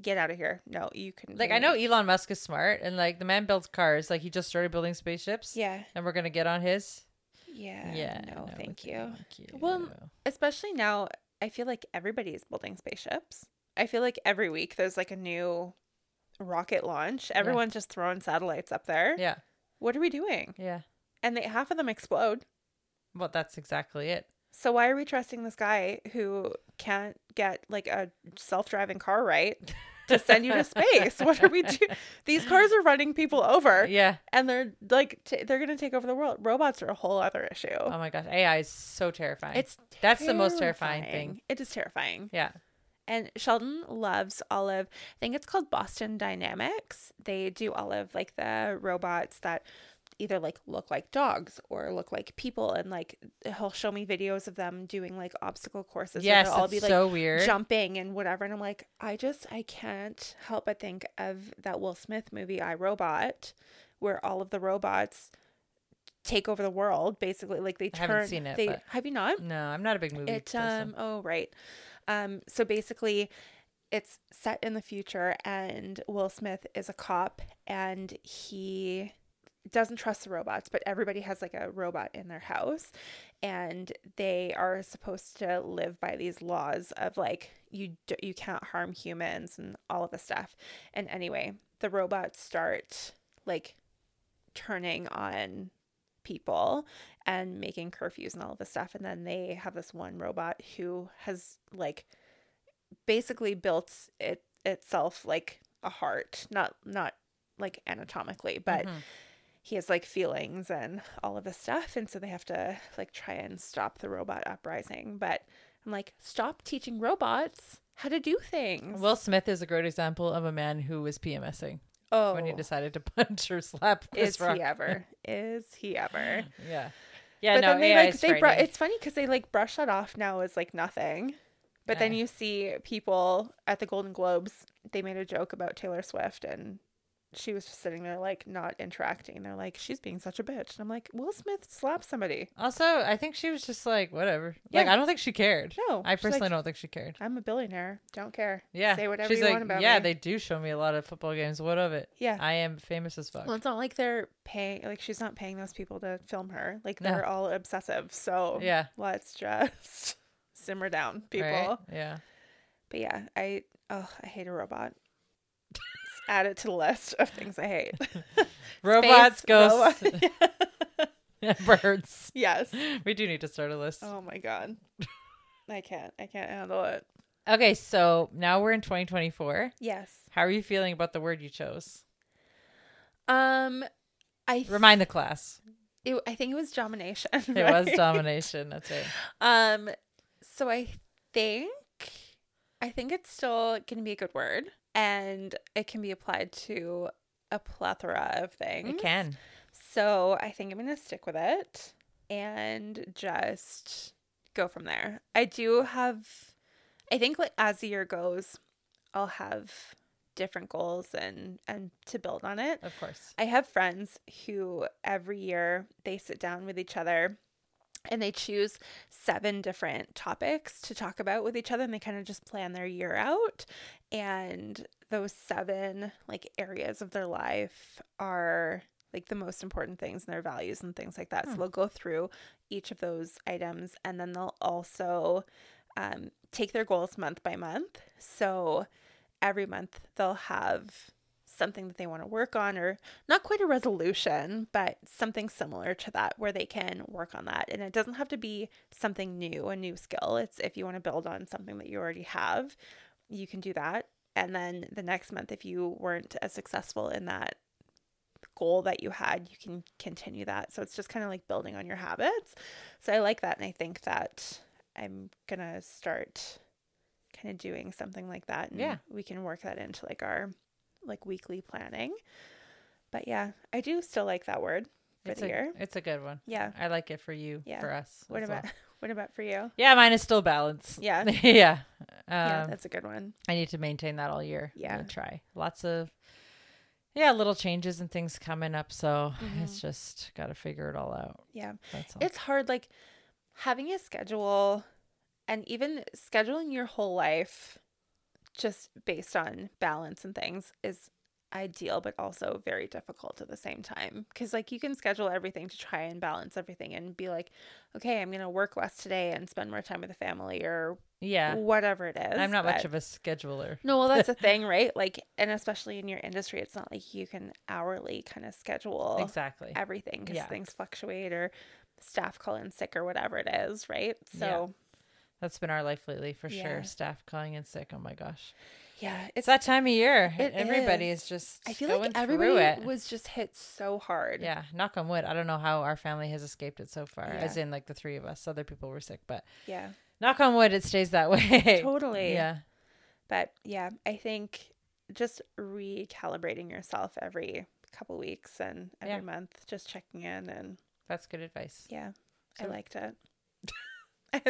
Speaker 2: get out of here. No, you can.
Speaker 1: Like I know Elon Musk is smart, and like the man builds cars. Like he just started building spaceships.
Speaker 2: Yeah.
Speaker 1: And we're gonna get on his.
Speaker 2: Yeah.
Speaker 1: yeah.
Speaker 2: Uh, No,
Speaker 1: we
Speaker 2: thank
Speaker 1: can't.
Speaker 2: you.
Speaker 1: Thank
Speaker 2: Well,
Speaker 1: you.
Speaker 2: Especially now, I feel like everybody is building spaceships. I feel like every week there's like a new rocket launch. Everyone's just throwing satellites up there.
Speaker 1: yeah,
Speaker 2: What are we doing?
Speaker 1: yeah.
Speaker 2: And they half of them explode.
Speaker 1: Well, that's exactly it.
Speaker 2: So why are we trusting this guy who can't get like a self-driving car right to send you to space? What are we doing? These cars are running people over.
Speaker 1: Yeah.
Speaker 2: and they're like t- they're gonna take over the world. Robots are a whole other issue.
Speaker 1: Oh my gosh, AI is so terrifying.
Speaker 2: it's
Speaker 1: That's the most terrifying thing.
Speaker 2: It is terrifying.
Speaker 1: yeah,
Speaker 2: And Sheldon loves all of I think it's called Boston Dynamics. They do all of like the robots that either like look like dogs or look like people and like he'll show me videos of them doing like obstacle courses where
Speaker 1: yes,
Speaker 2: they'll all
Speaker 1: it's
Speaker 2: be like
Speaker 1: so weird.
Speaker 2: jumping and whatever and I'm like I just I can't help but think of that Will Smith movie I Robot where all of the robots take over the world basically like they
Speaker 1: I
Speaker 2: turn
Speaker 1: haven't seen it,
Speaker 2: they
Speaker 1: but-
Speaker 2: have you not
Speaker 1: No, I'm not a big movie
Speaker 2: it
Speaker 1: person.
Speaker 2: um oh right. Um so basically it's set in the future and Will Smith is a cop and he doesn't trust the robots, but everybody has like a robot in their house and they are supposed to live by these laws of like you d- you can't harm humans and all of this stuff. And anyway, the robots start like turning on people and making curfews and all of this stuff. And then they have this one robot who has like basically built it itself like a heart, not not like anatomically, but
Speaker 1: Mhm.
Speaker 2: he has like feelings and all of this stuff and so they have to like try and stop the robot uprising but i'm like stop teaching robots how to do things
Speaker 1: Will Smith is a great example of a man who was PMSing
Speaker 2: oh
Speaker 1: when he decided to punch or slap Chris
Speaker 2: is
Speaker 1: Rock.
Speaker 2: he ever is he ever
Speaker 1: Yeah. Yeah,
Speaker 2: but
Speaker 1: no,
Speaker 2: then they
Speaker 1: AI
Speaker 2: like
Speaker 1: is
Speaker 2: they bru-
Speaker 1: frightening.
Speaker 2: it's funny because they like brush that off now as like nothing but then
Speaker 1: Yeah.
Speaker 2: you see people at the golden globes they made a joke about taylor swift and she was just sitting there like not interacting they're like she's being such a bitch and i'm like will smith slapped somebody
Speaker 1: Also, I think she was just like, whatever. Like,
Speaker 2: Yeah.
Speaker 1: I don't think she cared.
Speaker 2: no
Speaker 1: I
Speaker 2: she's like,
Speaker 1: personally don't think she cared.
Speaker 2: I'm a billionaire. Don't care.
Speaker 1: Yeah.
Speaker 2: Say whatever
Speaker 1: She's
Speaker 2: you
Speaker 1: like,
Speaker 2: want about
Speaker 1: yeah,
Speaker 2: me.
Speaker 1: they do show me a lot of football games. What of it?
Speaker 2: Yeah.
Speaker 1: I am famous as fuck.
Speaker 2: Well, it's not like they're paying. Like she's not paying those people to film her. Like
Speaker 1: No.
Speaker 2: they're all obsessive. So
Speaker 1: Yeah.
Speaker 2: let's just simmer down, people.
Speaker 1: Right? Yeah.
Speaker 2: But yeah, I oh I hate a robot. Just Add it to the list of things I hate.
Speaker 1: Robots,
Speaker 2: Space,
Speaker 1: ghosts,
Speaker 2: robot- Yeah.
Speaker 1: birds.
Speaker 2: yes.
Speaker 1: We do need to start a list.
Speaker 2: Oh my god. I can't. I can't handle it.
Speaker 1: Okay, so now we're in 2024.
Speaker 2: Yes.
Speaker 1: How are you feeling about the word you chose?
Speaker 2: Um, I
Speaker 1: Remind the class.
Speaker 2: it, I think it was domination.
Speaker 1: It was domination. That's right.
Speaker 2: Um, so I think I think it's still gonna be a good word, and it can be applied to a plethora of things.
Speaker 1: It can.
Speaker 2: So I think I'm gonna stick with it and just go from there. I do have, I think like as the year goes, I'll have different goals and and to build on it.
Speaker 1: Of course.
Speaker 2: I have friends who every year they sit down with each other and they choose seven different topics to talk about with each other and they kind of just plan their year out and those seven like areas of their life are like the most important things and their values and things like that. So
Speaker 1: Hmm.
Speaker 2: they'll go through each of those items and then they'll also um, take their goals month by month. So every month they'll have something that they want to work on or not quite a resolution, but something similar to that where they can work on that. And it doesn't have to be something new, a new skill. It's if you want to build on something that you already have, you can do that. And then the next month, if you weren't as successful in that goal that you had, you can continue that. So it's just kind of like building on your habits. So I like that. And I think that I'm going to start kind of doing something like that. And
Speaker 1: Yeah.
Speaker 2: we can work that into like our like weekly planning. But yeah, I do still like that word for
Speaker 1: It's
Speaker 2: the
Speaker 1: a,
Speaker 2: year.
Speaker 1: it's a good one.
Speaker 2: Yeah.
Speaker 1: I like it for you,
Speaker 2: Yeah.
Speaker 1: for us.
Speaker 2: What
Speaker 1: as well.
Speaker 2: about what about for you?
Speaker 1: Yeah, mine is still balance.
Speaker 2: Yeah.
Speaker 1: yeah. Um,
Speaker 2: yeah, that's a good one.
Speaker 1: I need to maintain that all year. I'm
Speaker 2: Yeah.
Speaker 1: gonna try. Lots of, yeah, little changes and things coming up. So it's just got to figure it all out.
Speaker 2: Yeah.
Speaker 1: That's all.
Speaker 2: Mm-hmm. It's hard like having a schedule and even scheduling your whole life just based on balance and things is ideal but also very difficult at the same time cuz like you can schedule everything to try and balance everything and be like okay, I'm going to work less today and spend more time with the family or
Speaker 1: yeah.
Speaker 2: whatever it is.
Speaker 1: I'm not
Speaker 2: but-
Speaker 1: much of a scheduler.
Speaker 2: No, well, that's the thing, right? Like, and especially in your industry, it's not like you can hourly kind of schedule
Speaker 1: Exactly.
Speaker 2: everything because
Speaker 1: Yeah.
Speaker 2: things fluctuate or staff call in sick or whatever it is, right?
Speaker 1: Yeah.
Speaker 2: So,
Speaker 1: That's been our life lately for
Speaker 2: Yeah.
Speaker 1: sure. Staff calling in sick. Oh my gosh.
Speaker 2: yeah,
Speaker 1: It's
Speaker 2: it's.
Speaker 1: that time of year.
Speaker 2: It
Speaker 1: everybody
Speaker 2: is.
Speaker 1: is, just
Speaker 2: I feel
Speaker 1: going
Speaker 2: like
Speaker 1: through
Speaker 2: everybody
Speaker 1: it.
Speaker 2: was just hit so hard.
Speaker 1: yeah, knock on wood. I don't know how our family has escaped it so far,
Speaker 2: Yeah.
Speaker 1: as in like the three of us. Other people were sick, but
Speaker 2: yeah,
Speaker 1: knock on wood, it stays that way.
Speaker 2: totally.
Speaker 1: Yeah.
Speaker 2: But yeah, I think just recalibrating yourself every couple weeks and every
Speaker 1: Yeah.
Speaker 2: month, just checking in and
Speaker 1: That's good advice.
Speaker 2: Yeah, I
Speaker 1: So-
Speaker 2: liked it. I,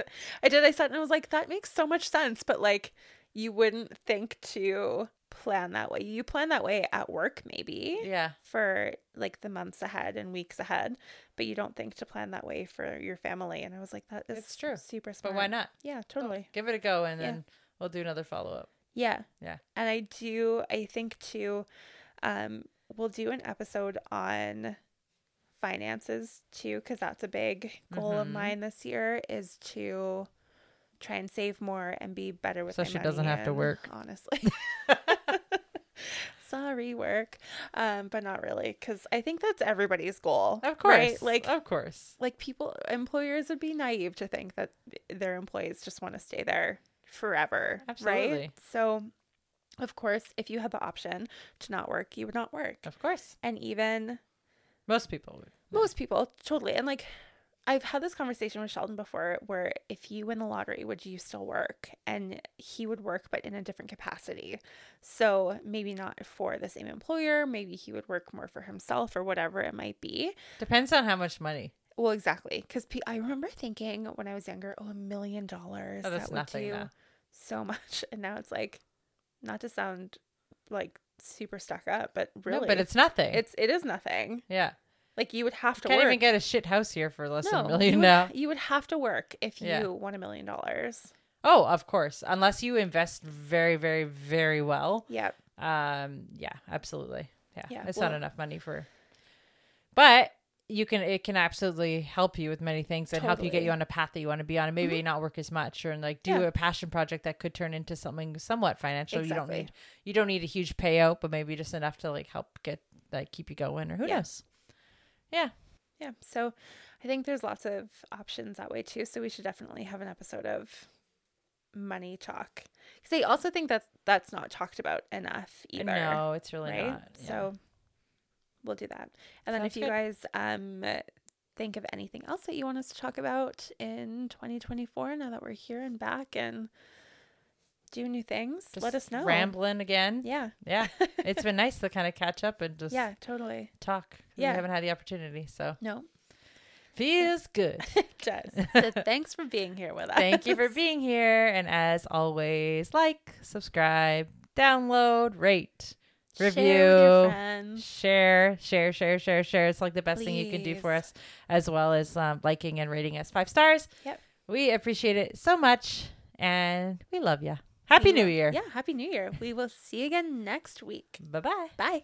Speaker 2: I did. I sat and I was like, that makes so much sense. But like, you wouldn't think to plan that way. You plan that way at work, maybe
Speaker 1: Yeah.
Speaker 2: for like the months ahead and weeks ahead, but you don't think to plan that way for your family. And I was like, that is
Speaker 1: It's true.
Speaker 2: super smart.
Speaker 1: But why not?
Speaker 2: Yeah, totally.
Speaker 1: Give it a go and
Speaker 2: Yeah.
Speaker 1: then we'll do another follow up.
Speaker 2: Yeah.
Speaker 1: Yeah.
Speaker 2: And I do, I think too, um, we'll do an episode on finances too, because that's a big goal of
Speaker 1: Mhm.
Speaker 2: mine this year is to try and save more and be better with
Speaker 1: So
Speaker 2: my
Speaker 1: she doesn't
Speaker 2: money
Speaker 1: have to
Speaker 2: and-
Speaker 1: work.
Speaker 2: Honestly. Sorry, work. Um, but not really, because I think that's everybody's goal.
Speaker 1: Of course.
Speaker 2: right? Like
Speaker 1: of course.
Speaker 2: like people employers would be naive to think that their employees just want to stay there forever. Right?
Speaker 1: Absolutely.
Speaker 2: So, of course, if you had the option to not work, you would not work.
Speaker 1: Of course.
Speaker 2: And even
Speaker 1: Most people would.
Speaker 2: most people, totally. And like, I've had this conversation with Sheldon before where if you win the lottery, would you still work? And he would work, but in a different capacity. So maybe not for the same employer. Maybe he would work more for himself or whatever it might be.
Speaker 1: Depends on how much money.
Speaker 2: Well, exactly. Because pe- I remember thinking when I was younger, oh, a million dollars.
Speaker 1: Oh, that's
Speaker 2: that would
Speaker 1: nothing
Speaker 2: do
Speaker 1: now.
Speaker 2: so much. And now it's like, not to sound like super stuck up, but really,
Speaker 1: No, but it's nothing.
Speaker 2: it's it is nothing.
Speaker 1: yeah.
Speaker 2: Like you would have to
Speaker 1: Can't
Speaker 2: work.
Speaker 1: even get a shit house here for less than a
Speaker 2: you
Speaker 1: million
Speaker 2: would,
Speaker 1: now.
Speaker 2: You would have to work if
Speaker 1: Yeah.
Speaker 2: you won a million dollars.
Speaker 1: Oh, of course. Unless you invest very, very, very well.
Speaker 2: Yep.
Speaker 1: Um, yeah, absolutely. Yeah.
Speaker 2: Yeah,
Speaker 1: it's
Speaker 2: well-
Speaker 1: not enough money for But you can it can absolutely help you with many things and help you get
Speaker 2: Totally. Mm-hmm.
Speaker 1: you on a path that you want to be on and maybe not work as much or like do
Speaker 2: Yeah.
Speaker 1: a passion project that could turn into something somewhat financial. You don't
Speaker 2: Exactly.
Speaker 1: need you don't need a huge payout, but maybe just enough to like help get like keep you going or who
Speaker 2: Yeah.
Speaker 1: knows. Yeah.
Speaker 2: Yeah. So I think there's lots of options that way too. So we should definitely have an episode of money talk. Because I also think that's that's not talked about enough either.
Speaker 1: No, it's really
Speaker 2: right?
Speaker 1: not. Yeah.
Speaker 2: So we'll do that. And then
Speaker 1: Sounds
Speaker 2: if you
Speaker 1: good.
Speaker 2: guys um think of anything else that you want us to talk about in 2024 now that we're here and back and do new things, let us
Speaker 1: Just
Speaker 2: know.
Speaker 1: Rambling again.
Speaker 2: Yeah.
Speaker 1: Yeah. It's been nice to kind of catch up and just
Speaker 2: Yeah, totally.
Speaker 1: talk.
Speaker 2: Yeah.
Speaker 1: We haven't had the opportunity. So
Speaker 2: No.
Speaker 1: feels good.
Speaker 2: It does. So thanks for being here with us.
Speaker 1: Thank you for being here. And as always, like, subscribe, download, rate,
Speaker 2: Share with your
Speaker 1: review.
Speaker 2: friends.
Speaker 1: Share, share, share, share, share. It's like the best thing you can do for
Speaker 2: Please.
Speaker 1: us, as well as um, liking and rating us five stars.
Speaker 2: Yep.
Speaker 1: We appreciate it so much. And we love you. Happy
Speaker 2: We
Speaker 1: New
Speaker 2: will-
Speaker 1: Year.
Speaker 2: Yeah, happy new year. We will see you again next week.
Speaker 1: Bye bye.
Speaker 2: Bye.